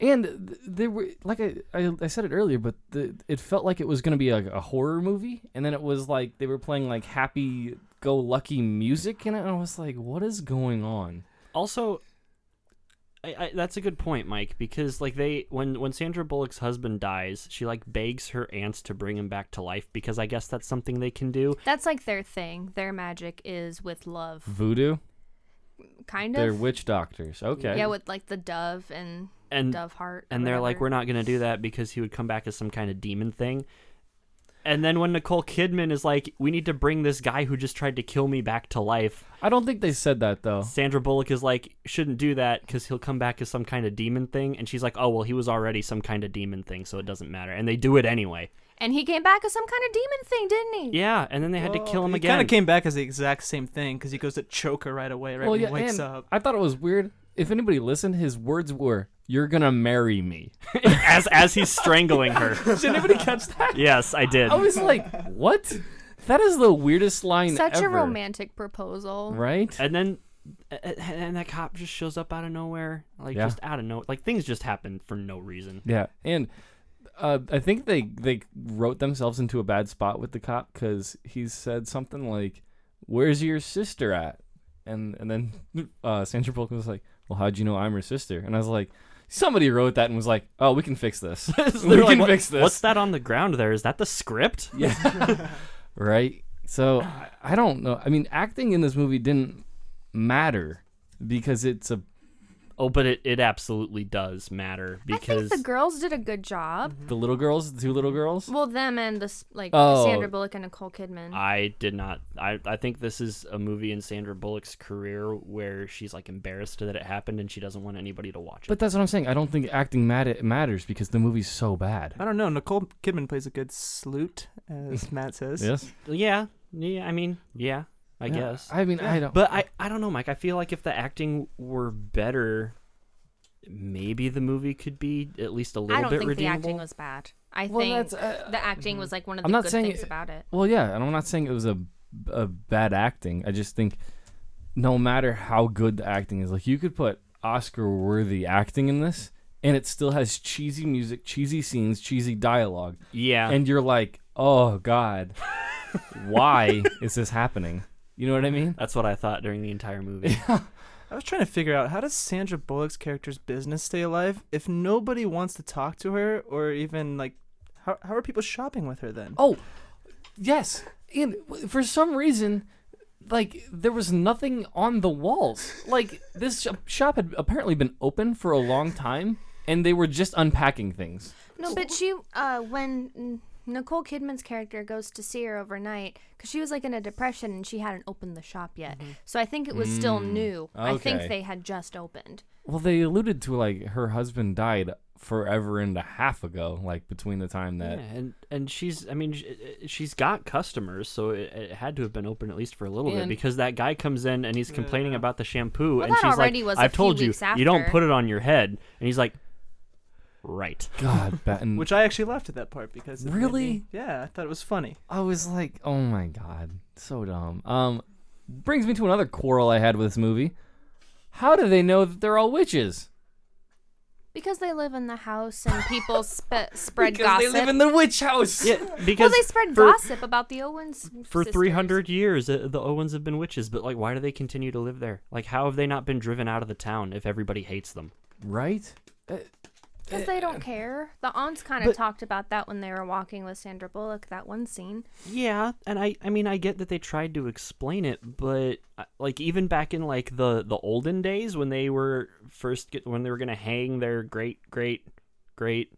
S2: and th- there were like I, I, I said it earlier, but the, it felt like it was gonna be like a horror movie, and then it was like they were playing like happy go lucky music in it, and I was like, what is going on?
S10: also I, I, that's a good point mike because like they when when sandra bullock's husband dies she like begs her aunts to bring him back to life because i guess that's something they can do
S9: That's like their thing. Their magic is with love,
S2: Voodoo?
S9: kind
S2: They're
S9: of.
S2: witch doctors. Okay.
S9: Yeah, with like the dove and,
S10: and
S9: dove heart.
S10: Mm. and they're like we're not gonna do that because he would come back as some kind of demon thing and then when nicole kidman is like we need to bring this guy who just tried to kill me back to life
S2: I don't think they said that though.
S10: sandra bullock is like shouldn't do that because he'll come back as some kind of demon thing and she's like oh well he was already some kind of demon thing so it doesn't matter and they do it anyway
S9: And he came back as some kind of demon thing, didn't he?
S10: Yeah, and then they had to kill him
S11: He
S10: again.
S11: kind of came back as the exact same thing because he goes to choke her right away, right
S2: Well,
S11: when
S2: yeah,
S11: he wakes
S2: and
S11: up.
S2: I thought it was weird. If anybody listened, his words were, "You're gonna marry me."
S10: *laughs* as as he's strangling her.
S2: *laughs* Did anybody catch that?
S10: Yes, I did.
S2: I *laughs* was like, "What? That is the weirdest line
S9: Such
S2: ever."
S9: a romantic proposal.
S2: right?
S10: and then and, and that cop just shows up out of nowhere, like
S2: Yeah.
S10: just out of no, like things just happen for no reason.
S2: Yeah, and uh, I think they they wrote themselves into a bad spot with the cop because he said something like, "Where's your sister *laughs* at?" And and then uh, Sandra Bullock was like, "Well, how'd you know I'm her sister?" And I was like, somebody wrote that and was like, "Oh, we can fix this. *laughs* we
S10: *laughs* They're like,
S2: can
S10: "What-
S2: fix this."
S10: What's that on the ground there? Is that the script?
S2: Yeah. right? So I, I don't know. I mean, acting in this movie didn't matter because it's a.
S10: Oh, but it, it absolutely does matter
S9: I think
S10: because
S9: the girls did a good job.
S2: The little girls, the two little girls.
S9: Well, them and the s- like
S2: Mm-hmm. Oh.
S9: Sandra Bullock and Nicole Kidman.
S10: I did not. I, I think this is a movie in Sandra Bullock's career where she's like embarrassed that it happened and she doesn't want anybody to watch it.
S2: But that's what I'm saying. I don't think acting mat- matters because the movie's so bad.
S11: I don't know. Nicole Kidman plays a good salute,
S2: *laughs*
S11: as Matt says.
S2: Yes.
S10: Yeah. Yeah. I mean, yeah. I
S2: Yeah,
S10: guess.
S2: I mean, I don't.
S10: But I, I don't know, Mike. I feel like if the acting were better, maybe the movie could be at least a little
S9: I don't
S10: bit
S9: think the
S10: redeemable.
S9: acting was bad. I
S2: Well,
S9: think
S2: that's, uh,
S9: the acting was like one of the
S2: I'm not
S9: good
S2: saying
S9: things
S2: it-
S9: about it.
S2: Well, yeah, and I'm not saying it was a, a bad acting. I just think no matter how good the acting is, like you could put Oscar worthy acting in this, and it still has cheesy music, cheesy scenes, cheesy dialogue.
S10: Yeah.
S2: And you're like, oh, God, why is this happening? You know what I mean?
S10: That's what I thought during the
S2: *laughs*
S10: entire movie.
S11: I was trying to figure out how does Sandra Bullock's character's business stay alive if nobody wants to talk to her or even like how how are people shopping with her then?
S2: Oh, yes. And w- for some reason, like there was nothing on the walls. Like this sh- shop had apparently been open for a long time, and they were just unpacking things.
S9: No, but she uh when Nicole Kidman's character goes to see her overnight because she was like in a depression and she hadn't opened the shop yet. So I think it was still new. I
S2: Mm-hmm. Mm, okay.
S9: think they had just opened.
S2: Well, they alluded to like her husband died forever and a half ago, like between the time
S10: yeah,
S2: that.
S10: and and she's I mean sh- uh, she's got customers, so it, it had to have been open at least for a little bit
S2: And-
S10: because that guy comes in and he's complaining about the shampoo, and
S9: that
S10: she's like,
S9: already was a
S10: "I've
S9: few
S10: told you,
S9: weeks
S10: you don't
S9: after."
S10: put it on your head," and he's like, "Right."
S2: God, Batten,
S11: Which I actually laughed at that part because it made me-
S2: Really?
S11: yeah, I thought it was funny.
S2: I was like, oh my god, so dumb. Um, brings me to another quarrel I had with this movie. How do they know that they're all witches?
S9: Because they live in the house and
S2: *laughs*
S9: people spe- spread
S2: because
S9: gossip.
S2: they live in the witch house.
S10: Yeah, because
S9: *laughs* well, they spread
S10: for,
S9: gossip about the Owens
S10: for
S9: sisters.
S10: 300 years uh, the owens have been witches but like why do they continue to live there like how have they not been driven out of the town if everybody hates them
S2: Right? Uh,
S9: Because they don't care. The aunts kind of talked about that when they were walking with Sandra Bullock, that one scene.
S10: yeah and i i mean i get that they tried to explain it but uh, like even back in like the the olden days when they were first get, when they were gonna hang their great great great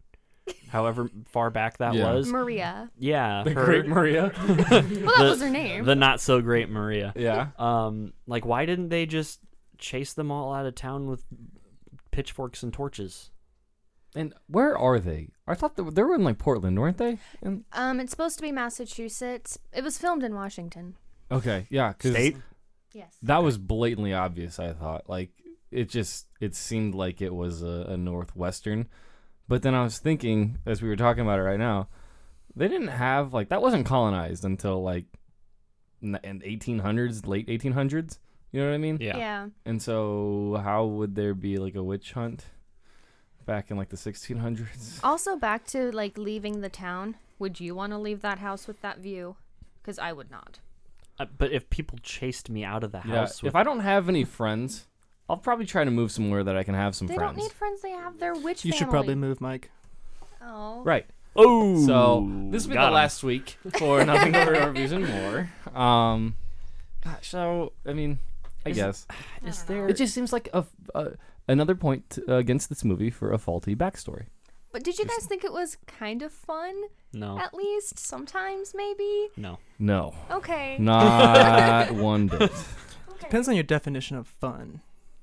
S10: however far back that
S2: Yeah.
S10: was
S2: *laughs*
S9: Maria.
S10: yeah
S2: The
S10: her-
S2: Great Maria.
S9: *laughs* Well, that was her name.
S10: the not so great maria
S2: yeah.
S10: um like why didn't they just chase them all out of town with pitchforks and torches
S2: And where are they? I thought they were, they were in like Portland, weren't they? And,
S9: um, it's supposed to be Massachusetts. It was filmed in Washington.
S2: okay, yeah, because
S9: Yes.
S2: that was blatantly obvious. I thought like it just it seemed like it was a, a northwestern, but then I was thinking as we were talking about it right now, they didn't have like that wasn't colonized until like in the in 1800s, late 1800s. You know what I mean?
S9: Yeah.
S2: And so how would there be like a witch hunt back in like the 1600s?
S9: Also, back to like leaving the town. Would you want to leave that house with that view? Because I would not.
S10: Uh, but if people chased me out of the
S2: Yeah,
S10: house, with,
S2: if I don't have any friends, I'll probably try to move somewhere that I can have some
S9: They
S2: friends.
S9: don't need friends. They have their witch
S11: You
S9: family.
S11: should probably move, Mike.
S9: Oh.
S2: right.
S10: oh,
S2: So this will be the
S10: got 'em.
S2: last week for nothing but reviews and more. Um, gosh, so I mean, I guess
S10: Is there?
S2: it just seems like a, a another point uh, against this movie for a faulty backstory.
S9: But did you guys think it was kind of fun?
S2: Oh.
S10: no,
S9: At least sometimes, maybe.
S10: no.
S2: *laughs* No,
S9: Okay.
S2: not one bit.
S11: Depends on your definition of fun.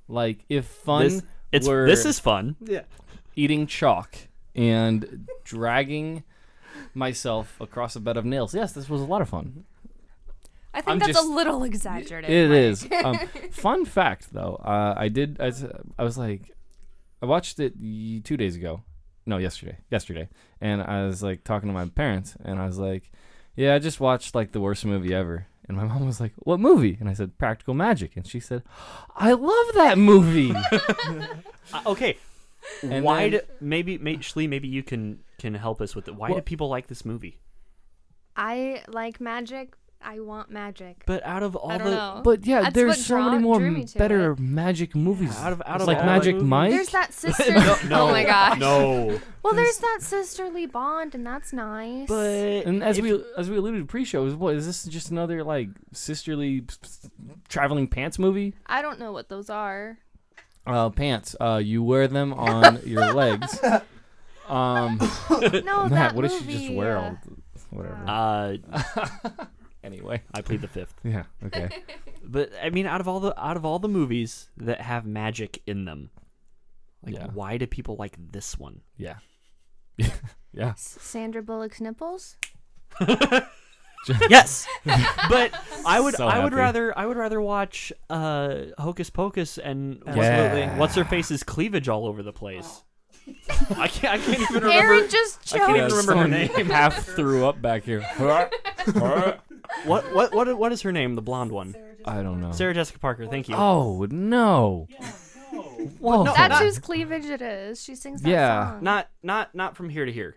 S2: Like if fun
S10: This, it's
S2: were
S10: this is fun.
S11: Yeah.
S2: eating chalk and dragging myself across a bed of nails. Yes, this was a lot of fun.
S9: I think
S2: I'm
S9: that's
S2: just-
S9: a little exaggerated.
S2: It
S9: Mike.
S2: is.
S10: *laughs*
S9: *laughs*
S2: Um, fun fact, though, uh, I did. I, s- I was like, I watched it y- two days ago. No, yesterday. Yesterday, and I was like talking to my parents, and I was like, "Yeah, I just watched like the worst movie ever." And my *laughs* mom was like, "What movie?" And I said, "Practical Magic." And she said, "I love that
S10: *laughs*
S2: movie."
S10: Uh, okay,
S2: And
S10: why?
S2: then-
S10: do, maybe, maybe Shlee, maybe you can can help us with it. Why do
S2: Well-
S10: people like this movie?
S9: I like magic I want magic.
S10: But out of all
S9: I don't
S10: the-
S9: know.
S2: But yeah,
S9: That's
S2: there's
S9: what
S2: so
S9: draw-
S2: many more
S9: drew me to
S2: better
S9: it.
S2: magic movies.
S10: out of- out
S2: It's
S10: of
S2: like
S10: all the
S2: Magic
S10: movies-
S2: Mike. *laughs*
S9: There's that sister. *laughs* oh my gosh.
S10: No.
S9: Well, there's that sisterly bond, and that's nice.
S2: and as we as we alluded to pre-show, is what is this just another like sisterly p- p- traveling pants movie?
S9: I don't know what
S2: *laughs*
S9: those are.
S2: Uh, pants. Uh, you wear them on
S10: *laughs*
S2: your legs. Um, *laughs*
S9: No,
S2: Matt,
S9: that
S2: what does she just
S9: movie,
S2: wear?
S9: uh,
S2: All, whatever.
S10: *laughs* Uh, *laughs*
S2: anyway,
S10: I plead the fifth.
S2: yeah.
S10: *laughs*
S2: Okay.
S10: But I mean, out of all the out of all the movies that have magic in them, like
S2: Yeah.
S10: why do people like this one?
S2: Yeah. *laughs* yeah.
S9: S- Sandra Bullock's nipples.
S10: yes, *laughs* but I would
S2: So
S10: I would
S2: happy.
S10: rather I would rather watch uh, Hocus Pocus and what's-
S2: Yeah.
S10: what's her face's cleavage all over the
S9: *laughs*
S10: place. I can't I can't even remember.
S9: Aaron just
S10: can't even
S9: choked.
S10: remember her name.
S2: Half threw up back
S10: *laughs*
S2: here.
S10: What what what what is her name? The blonde one,
S2: I don't know.
S10: Sarah Jessica Parker. Thank you.
S2: Oh no. Whoa.
S9: That's whose cleavage it is. She sings that
S2: Yeah.
S9: song.
S10: Not not not from here to here.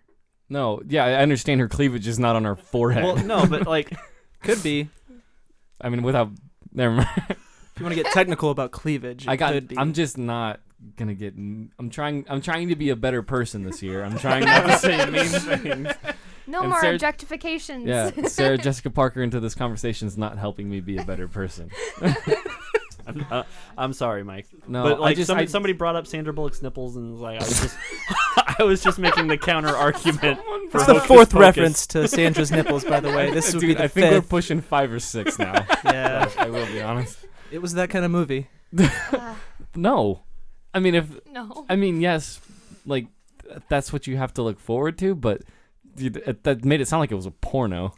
S2: No. Yeah, I understand her cleavage is not on her forehead.
S10: Well, no, but like
S11: Could be.
S2: *laughs* I mean, without never mind.
S11: If you want to get technical about cleavage, it
S2: I got.
S11: Could be.
S2: I'm just not gonna get. I'm trying. I'm trying to be a better person this year. I'm trying not to
S11: *laughs*
S2: say mean things.
S9: no
S2: and
S9: more
S2: Sarah-
S9: objectifications. *laughs*
S2: Yeah,
S11: *laughs*
S2: Sarah Jessica Parker into this conversation is not helping me be a better person.
S10: I'm, uh, I'm sorry, Mike.
S2: No,
S10: but
S2: I
S10: like
S2: just-
S10: somebody,
S2: I-
S10: somebody brought up Sandra Bullock's nipples, and was like I
S2: *laughs*
S10: was just, *laughs* I was just making the counter argument.
S11: It's the fourth reference to Sandra's nipples, by the
S2: *laughs*
S11: way. This would be
S2: Dude,
S11: the
S2: I think we're
S11: fifth.
S2: pushing five or six
S10: *laughs*
S2: now.
S11: yeah,
S2: I will be honest.
S11: it was that kind of movie.
S2: No, I mean if
S9: Uh, No.
S2: I mean, yes, like th- that's what you have to look forward to, but you- th- that made it sound like it was a
S10: *laughs*
S2: porno.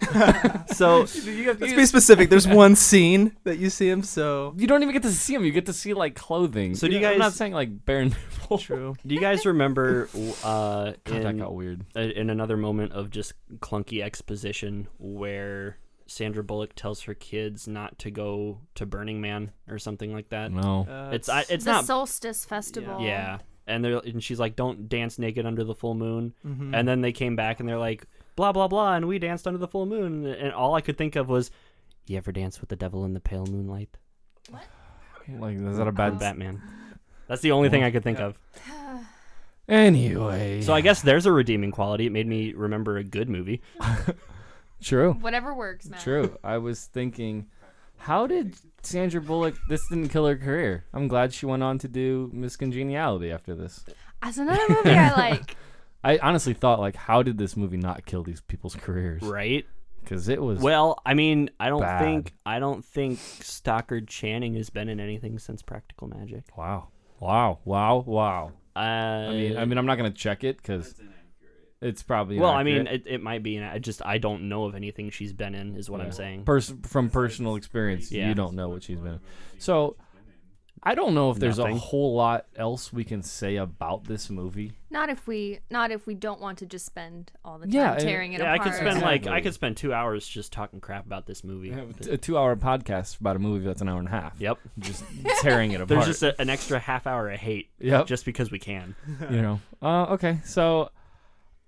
S11: So let's be specific. There's one scene that you see him. So
S2: You don't even get to see him. You get to see like clothing.
S10: So do you
S2: I'm not
S10: guys-
S2: saying like bare *laughs* nipple.
S11: true.
S10: Do you guys remember uh,
S2: God, that
S10: in,
S2: got weird.
S10: uh, in another moment of just clunky exposition where Sandra Bullock tells her kids not to go to Burning Man or something like that?
S2: No.
S11: Uh,
S10: It's I, it's
S9: the
S10: not
S9: solstice festival.
S10: Yeah. And they're and she's like, Don't dance naked under the full moon.
S11: mm-hmm.
S2: Mm.
S10: And then they came back and they're like, blah blah blah, and we danced under the full moon and all I could think of was You ever dance with the devil in the pale moonlight?
S2: like, is that a bad?
S10: Batman. That's the only thing I could think of.
S2: Anyway.
S10: So I guess there's a redeeming quality. It made me remember a good movie.
S2: True.
S9: Whatever works, Matt.
S2: True. I was thinking, how did Sandra Bullock? This didn't kill her career. I'm glad she went on to do Miss Congeniality after this. *laughs*
S9: That's another movie I like.
S2: I honestly thought, like, how did this movie not kill these people's careers?
S10: Right?
S2: Because it was
S10: Well, I mean, I don't
S2: Bad.
S10: think I don't think Stockard Channing has been in anything since Practical Magic.
S2: Wow. Wow. Wow. Wow.
S10: Uh,
S2: I mean, I mean, I'm not gonna check it because it's probably.
S10: well, I mean,
S2: inaccurate.
S10: it, it might be, and I just I don't know of anything she's been in, is what I'm saying.
S2: Pers- from personal experience,
S10: Yeah.
S2: you don't know what she's been. So, I don't know if there's
S10: Nothing.
S2: a whole lot else we can say about this movie.
S9: Not if we, not if we don't want to just spend all the time
S2: Yeah, and-
S9: tearing it
S10: yeah, I
S9: apart.
S10: could spend like I
S2: Exactly.
S10: could spend two hours just talking crap about this movie. But-
S2: A two-hour podcast about a movie that's an hour and a half.
S10: *laughs* yep.
S2: Just tearing it apart.
S10: *laughs* There's just a, an extra half hour of hate.
S2: Yep.
S10: Just because we can.
S2: you know. Uh, okay, so.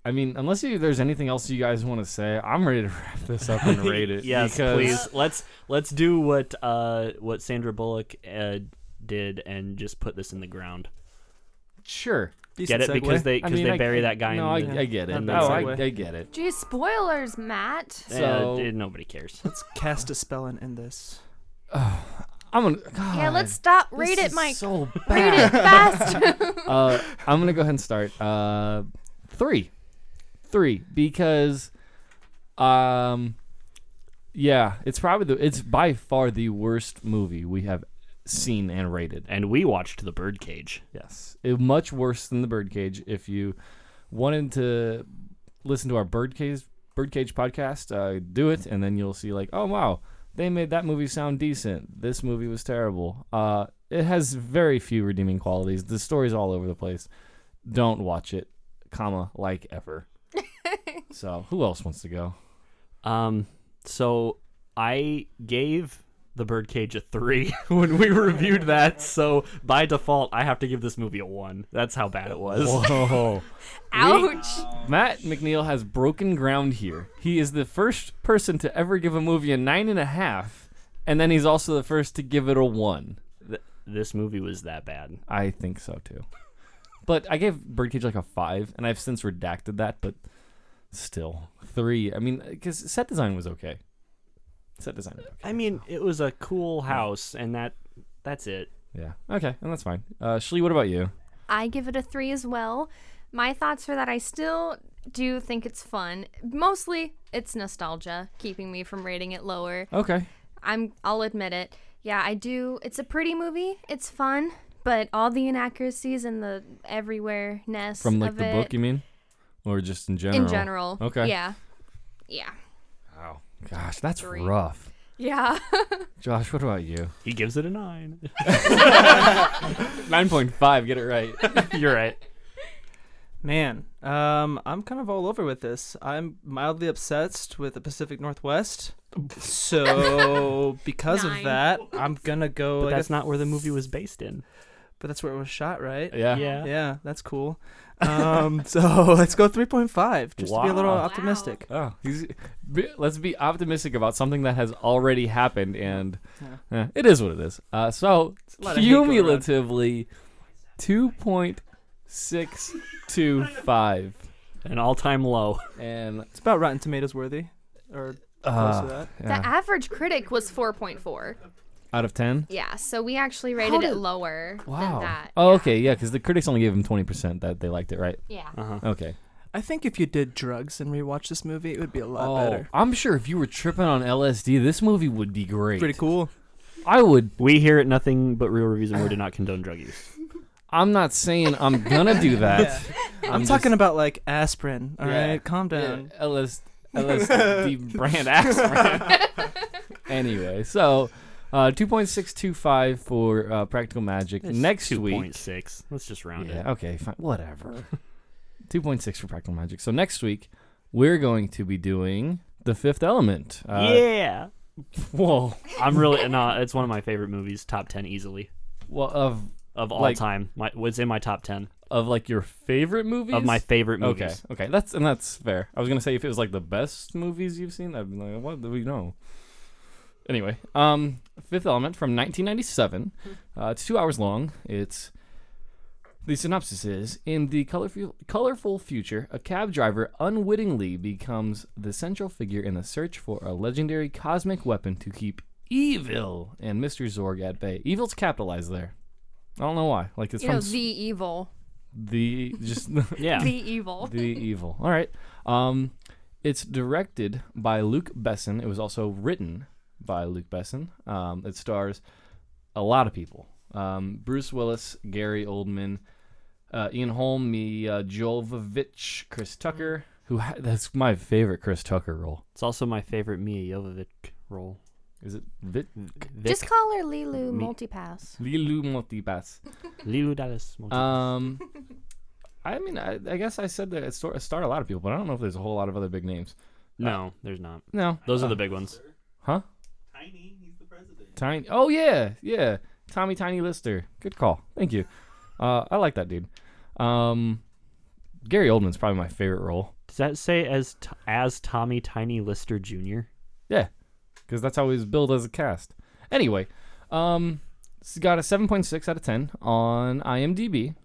S2: I mean, unless you, there's anything else you guys want to say, I'm ready to wrap this up
S10: *laughs*
S2: and rate it.
S10: yes,
S2: because
S10: please. Let's let's do what uh what Sandra Bullock uh, did and just put this in the ground.
S2: Sure.
S10: Get it
S11: Decent
S10: because
S11: segue.
S10: they because
S2: mean,
S10: they
S2: I-
S10: bury that guy.
S2: No, I,
S10: in the,
S2: I get it.
S10: in
S2: No,
S10: the
S2: I,
S11: segue.
S2: I get it.
S9: Geez, spoilers, Matt.
S10: Uh,
S2: So-
S10: eh, nobody cares.
S11: Let's cast a spell and end this.
S2: I'm gonna. God,
S9: Yeah, let's stop.
S2: this
S9: Rate it,
S2: is
S9: Mike.
S2: So *laughs*
S9: Rate
S2: bad.
S9: it *laughs*
S2: *laughs*
S9: fast.
S2: uh, I'm gonna go ahead and start. Uh, three, three, because, um, yeah, it's probably the it's by far the worst movie we have seen and rated.
S10: And we watched The Birdcage.
S2: Yes, it, much worse than the Birdcage. If you wanted to listen to our Birdcage Birdcage podcast, uh, do it, and then you'll see like, oh wow, they made that movie sound decent. This movie was terrible. Uh, it has very few redeeming qualities. The story's all over the place. Don't watch it, comma like ever. so who else wants to go?
S10: Um, so I gave The Birdcage a three *laughs* when we reviewed that, so by default I have to give this movie a one. That's how bad it was.
S1: Whoa.
S9: Ouch.
S1: Matt McNeil has broken ground here. He is the first person to ever give a movie a nine and a half, and then he's also the first to give it a one.
S10: Th- *laughs* this movie was that bad.
S1: I think so too. But I gave Birdcage like a five, and I've since redacted that, but still three. I mean, because set design was okay. Set design. Was okay.
S10: I mean, it was a cool house, and that that's it.
S1: Yeah. Okay, and that's fine. Uh, Shlee, what about you?
S9: I give it a three as well. My thoughts for that, I still do think it's fun. Mostly, it's nostalgia keeping me from rating it lower.
S1: Okay.
S9: I'm. I'll admit it. Yeah, I do. It's a pretty movie. It's fun, but all the inaccuracies and the everywhere ness
S1: From like
S9: of
S1: the
S9: it,
S1: book, you mean, or just in
S2: Oh,
S1: general?
S9: in general.
S1: Okay.
S9: Yeah. Yeah.
S1: Wow. Gosh, that's rough.
S9: Yeah. *laughs*
S1: Josh, what about you?
S10: He gives it a nine. *laughs*
S1: Nine point five. Get it right.
S10: You're right.
S11: Man, um, I'm kind of all over with this. I'm mildly obsessed with the Pacific Northwest.
S10: *laughs*
S11: So because of
S9: Nine.
S11: that, I'm gonna go.
S10: But
S11: like a-
S10: that's not where the movie was based in.
S11: but that's where it was shot, right?
S1: Yeah.
S10: Yeah.
S11: Yeah,
S10: *laughs*
S11: that's cool. Um, so *laughs* let's go 3.5 just to be a little
S1: Wow. Wow.
S11: optimistic.
S1: Oh, he's, be, let's be optimistic about something that has already happened, and eh, it is what it is. Uh, so
S11: lot of hate going around.
S1: cumulatively, two point six two five,
S10: An all time low. *laughs*
S1: and
S11: It's about Rotten Tomatoes worthy, or
S10: Uh,
S11: close to that.
S9: The average critic was 4.4.
S1: out of ten.
S9: Yeah, so we actually rated it lower than that.
S1: Oh, okay. Yeah, because the critics only gave him twenty percent that they liked it, right?
S9: Yeah.
S1: Okay.
S11: I think if you did drugs and rewatched this movie, it would be a lot
S10: Oh,
S11: better.
S1: I'm sure if you were tripping on LSD, this movie would be great.
S11: Pretty cool.
S1: I would
S10: We here at Nothing But Real Reviews and More do not condone drug use. *laughs*
S1: I'm not saying I'm gonna
S11: *laughs*
S1: do that.
S11: I'm, talking about like aspirin. All right, calm down.
S1: Yeah, LS,
S11: *laughs*
S1: LSD brand
S10: *laughs*
S1: aspirin. anyway, so uh, 2.625 for uh, Practical Magic next
S10: two
S1: week.
S10: point six. Let's just round it.
S1: Yeah, okay, fine, whatever. *laughs* 2.6 for Practical Magic. So next week we're going to be doing The Fifth Element. Uh,
S10: yeah.
S1: *laughs* Whoa.
S10: I'm really no. It's one of my favorite movies. Top ten easily
S1: Well, of
S10: of all
S1: Like-
S10: time. My was in my top ten
S1: of like your favorite movies.
S10: of my favorite movies.
S1: Okay. Okay. That's and that's fair. I was gonna say if it was like the best movies you've seen, I'd be like, what do we know? Anyway, um, Fifth Element from 1997. Uh, it's two hours long. It's the synopsis is in the colorful, colorful future, a cab driver unwittingly becomes the central figure in the search for a legendary cosmic weapon to keep evil and Mr. Zorg at bay. Evil's capitalized there. I don't know why. Like it's
S9: You
S1: from
S9: know,
S1: s-
S9: the evil.
S1: the just *laughs*
S10: Yeah.
S9: The evil.
S1: the evil. All right. Um, it's directed by Luke Besson. It was also written by Luke Besson. Um, it stars a lot of people: um, Bruce Willis, Gary Oldman, uh, Ian Holm, Mia Jovovich, Chris Tucker. Who ha- that's my favorite Chris Tucker role.
S10: It's also my favorite Mia Jovovich role.
S1: Is it Vit
S10: Vic
S9: Just call her Lilu Multipass.
S1: Lilu Motipas?
S10: Liu Dallas Montes.
S1: Um, I mean, I, I guess I said that it star- it starred a lot of people, but I don't know if there's a whole lot of other big names.
S10: no, there's not.
S1: No,
S10: Those are the big ones.
S1: Huh? Tiny, he's the president. Tiny. Oh yeah, yeah. Tommy Tiny Lister. Good call. Thank you. Uh, I like that dude. Um, Gary Oldman's probably my favorite role.
S10: Does that say as t- as Tommy Tiny Lister Jr.?
S1: Yeah, because that's how he was billed as a cast. Anyway, um, it's got a 7.6 out of 10 on IMDb.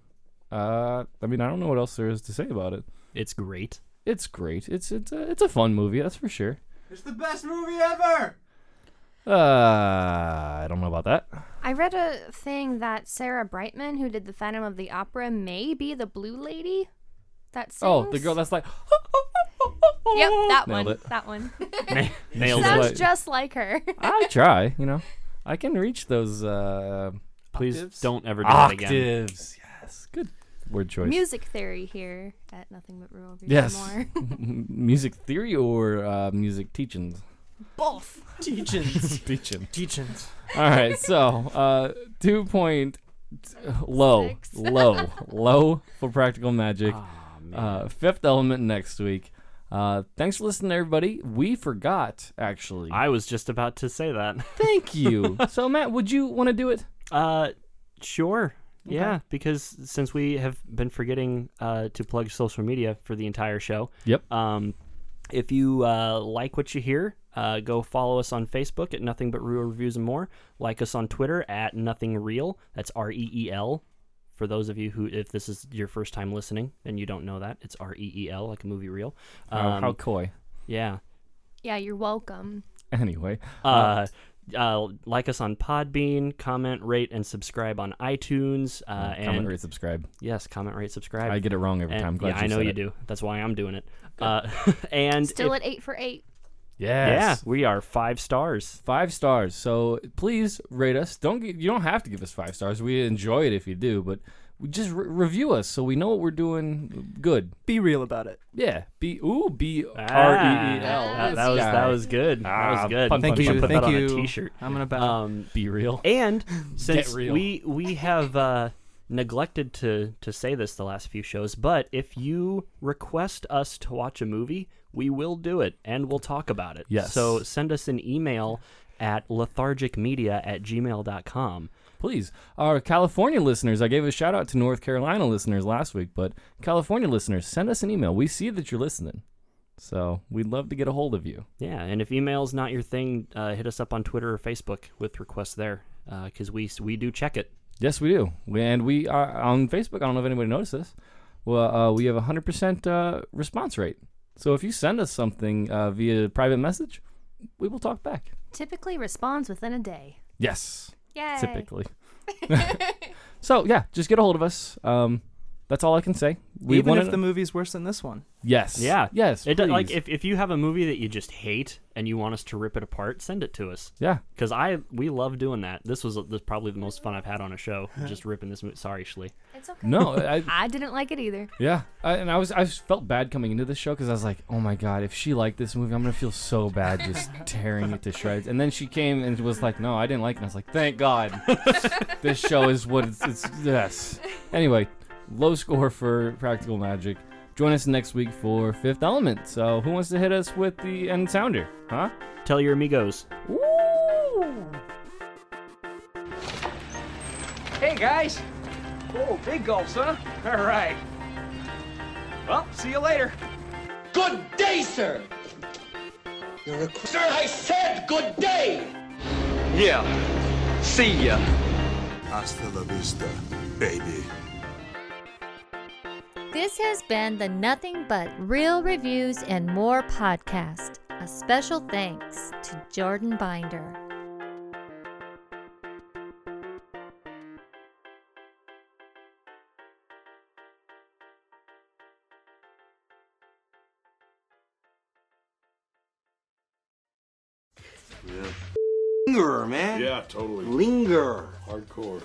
S1: Uh, I mean, I don't know what else there is to say about it.
S10: It's great.
S1: It's great. It's it's a, it's a fun movie, that's for sure.
S13: It's the best movie ever!
S1: Uh, I don't know about that.
S9: I read a thing that Sarah Brightman, who did the Phantom of the Opera, may be the Blue Lady. That sings.
S1: Oh, the girl that's like.
S9: Yep, that
S1: Nailed
S9: one.
S1: it.
S9: That *laughs* one.
S1: Sounds-
S10: Nailed it.
S9: Sounds
S1: like-
S9: just
S1: *laughs*
S9: like her.
S1: I try, you know. I can reach those uh,
S10: Please
S11: Octaves?
S10: don't ever do that again.
S1: octaves. Yes, good word choice.
S9: Music theory here at Nothing But Real Reviews and
S1: Yes.
S9: More.
S1: M- *laughs* music theory or uh, music teachings?
S9: Both.
S1: *laughs*
S11: Teachins.
S1: Teaching.
S11: Teachins.
S1: All right, so uh, two point low,
S9: Six. *laughs*
S1: low, low for practical magic. uh, fifth element next week. Uh, thanks for listening, everybody. We forgot, actually.
S10: I was just about to say that. *laughs*
S1: Thank you. so, Matt, would you want to do it?
S10: Uh, sure. Yeah, because since we have been forgetting uh, to plug social media for the entire show.
S1: Yep.
S10: Um, if you uh, like what you hear, uh, go follow us on Facebook at Nothing But Real Reviews and More. Like us on Twitter at Nothing Real. That's R E E L. For those of you who, if this is your first time listening and you don't know that, it's R E E L, like a movie reel.
S1: Oh,
S10: Um,
S1: How- how coy. *laughs*
S10: Yeah.
S9: Yeah, you're welcome.
S1: Anyway.
S10: Uh, uh, like us on Podbean, comment, rate, and subscribe on iTunes. Uh,
S1: *laughs*
S10: and
S1: comment, rate, subscribe.
S10: Yes, comment, rate, subscribe.
S1: I get it wrong every
S10: And-
S1: time. Glad
S10: yeah,
S1: you
S10: I know
S1: said
S10: you
S1: it.
S10: do. That's why I'm doing it. Uh, *laughs* and
S9: Still
S10: if-
S9: at eight for eight.
S10: yeah,
S1: Yes.
S10: we are five stars.
S1: Five stars. So please rate us. Don't gi- you don't have to give us five stars. We enjoy it if you do, but we just re- review us so we know what we're doing good.
S11: Be real about it.
S1: Yeah. B ooh B R E E L.
S10: Ah, That, that was
S1: This guy.
S10: that was good. that
S1: Ah,
S10: was good.
S1: pun,
S11: Thank
S1: pun,
S11: you.
S1: pun, pun.
S10: Put that on
S11: Thank
S10: a
S11: you.
S10: T-shirt.
S11: I'm gonna bow.
S10: Um,
S1: Be real. *laughs*
S10: and since
S1: real.
S10: we we have uh, neglected to to say this the last few shows, but if you request us to watch a movie, we will do it and we'll talk about it.
S1: Yes.
S10: So send us an email at lethargicmedia at gmail.com.
S1: Please. Our California listeners, I gave a shout out to North Carolina listeners last week, but California listeners, send us an email. We see that you're listening. So we'd love to get a hold of you.
S10: Yeah, and if email's not your thing, uh, hit us up on Twitter or Facebook with requests there, because we we do check it.
S1: Yes, we do. We, and we are on Facebook. I don't know if anybody noticed this. Well, uh, we have a 100% uh, response rate. So if you send us something uh, via private message, we will talk back.
S9: Typically responds within a day.
S1: Yes.
S9: Yay.
S1: Typically. *laughs* so yeah, just get a hold of us. Um, that's all I can say. We
S11: Even
S1: wanna-
S11: if the movie's worse than this one.
S1: yes.
S10: Yeah.
S1: Yes.
S10: It does, like
S1: please.
S10: if, if you have a movie that you just hate and you want us to rip it apart, send it to us.
S1: Yeah.
S10: Because I we love doing that. This was this is probably the most fun I've had on a show. Just ripping this movie. Sorry, Schley.
S9: It's okay.
S1: No. I,
S9: I didn't like it either.
S1: Yeah, I, and I was I felt bad coming into this show because I was like, oh my god, if she liked this movie, I'm gonna feel so bad just tearing it to shreds. And then she came and was like, no, I didn't like it. And I was like, thank God, this show is what it's, it's. Yes. Anyway, low score for Practical Magic. Join us next week for Fifth Element. So who wants to hit us with the end sounder? Huh?
S10: Tell your amigos.
S14: Hey, guys. Oh, big gulps, huh? All right. Well, see you later. Good day, sir. You're a... Sir, I said good day.
S15: Yeah. See ya. Hasta la vista, baby.
S2: This has been the Nothing But Real Reviews and More podcast. A special thanks to Jordan Binder.
S5: Linger, man. Yeah, totally. Linger. Hardcore.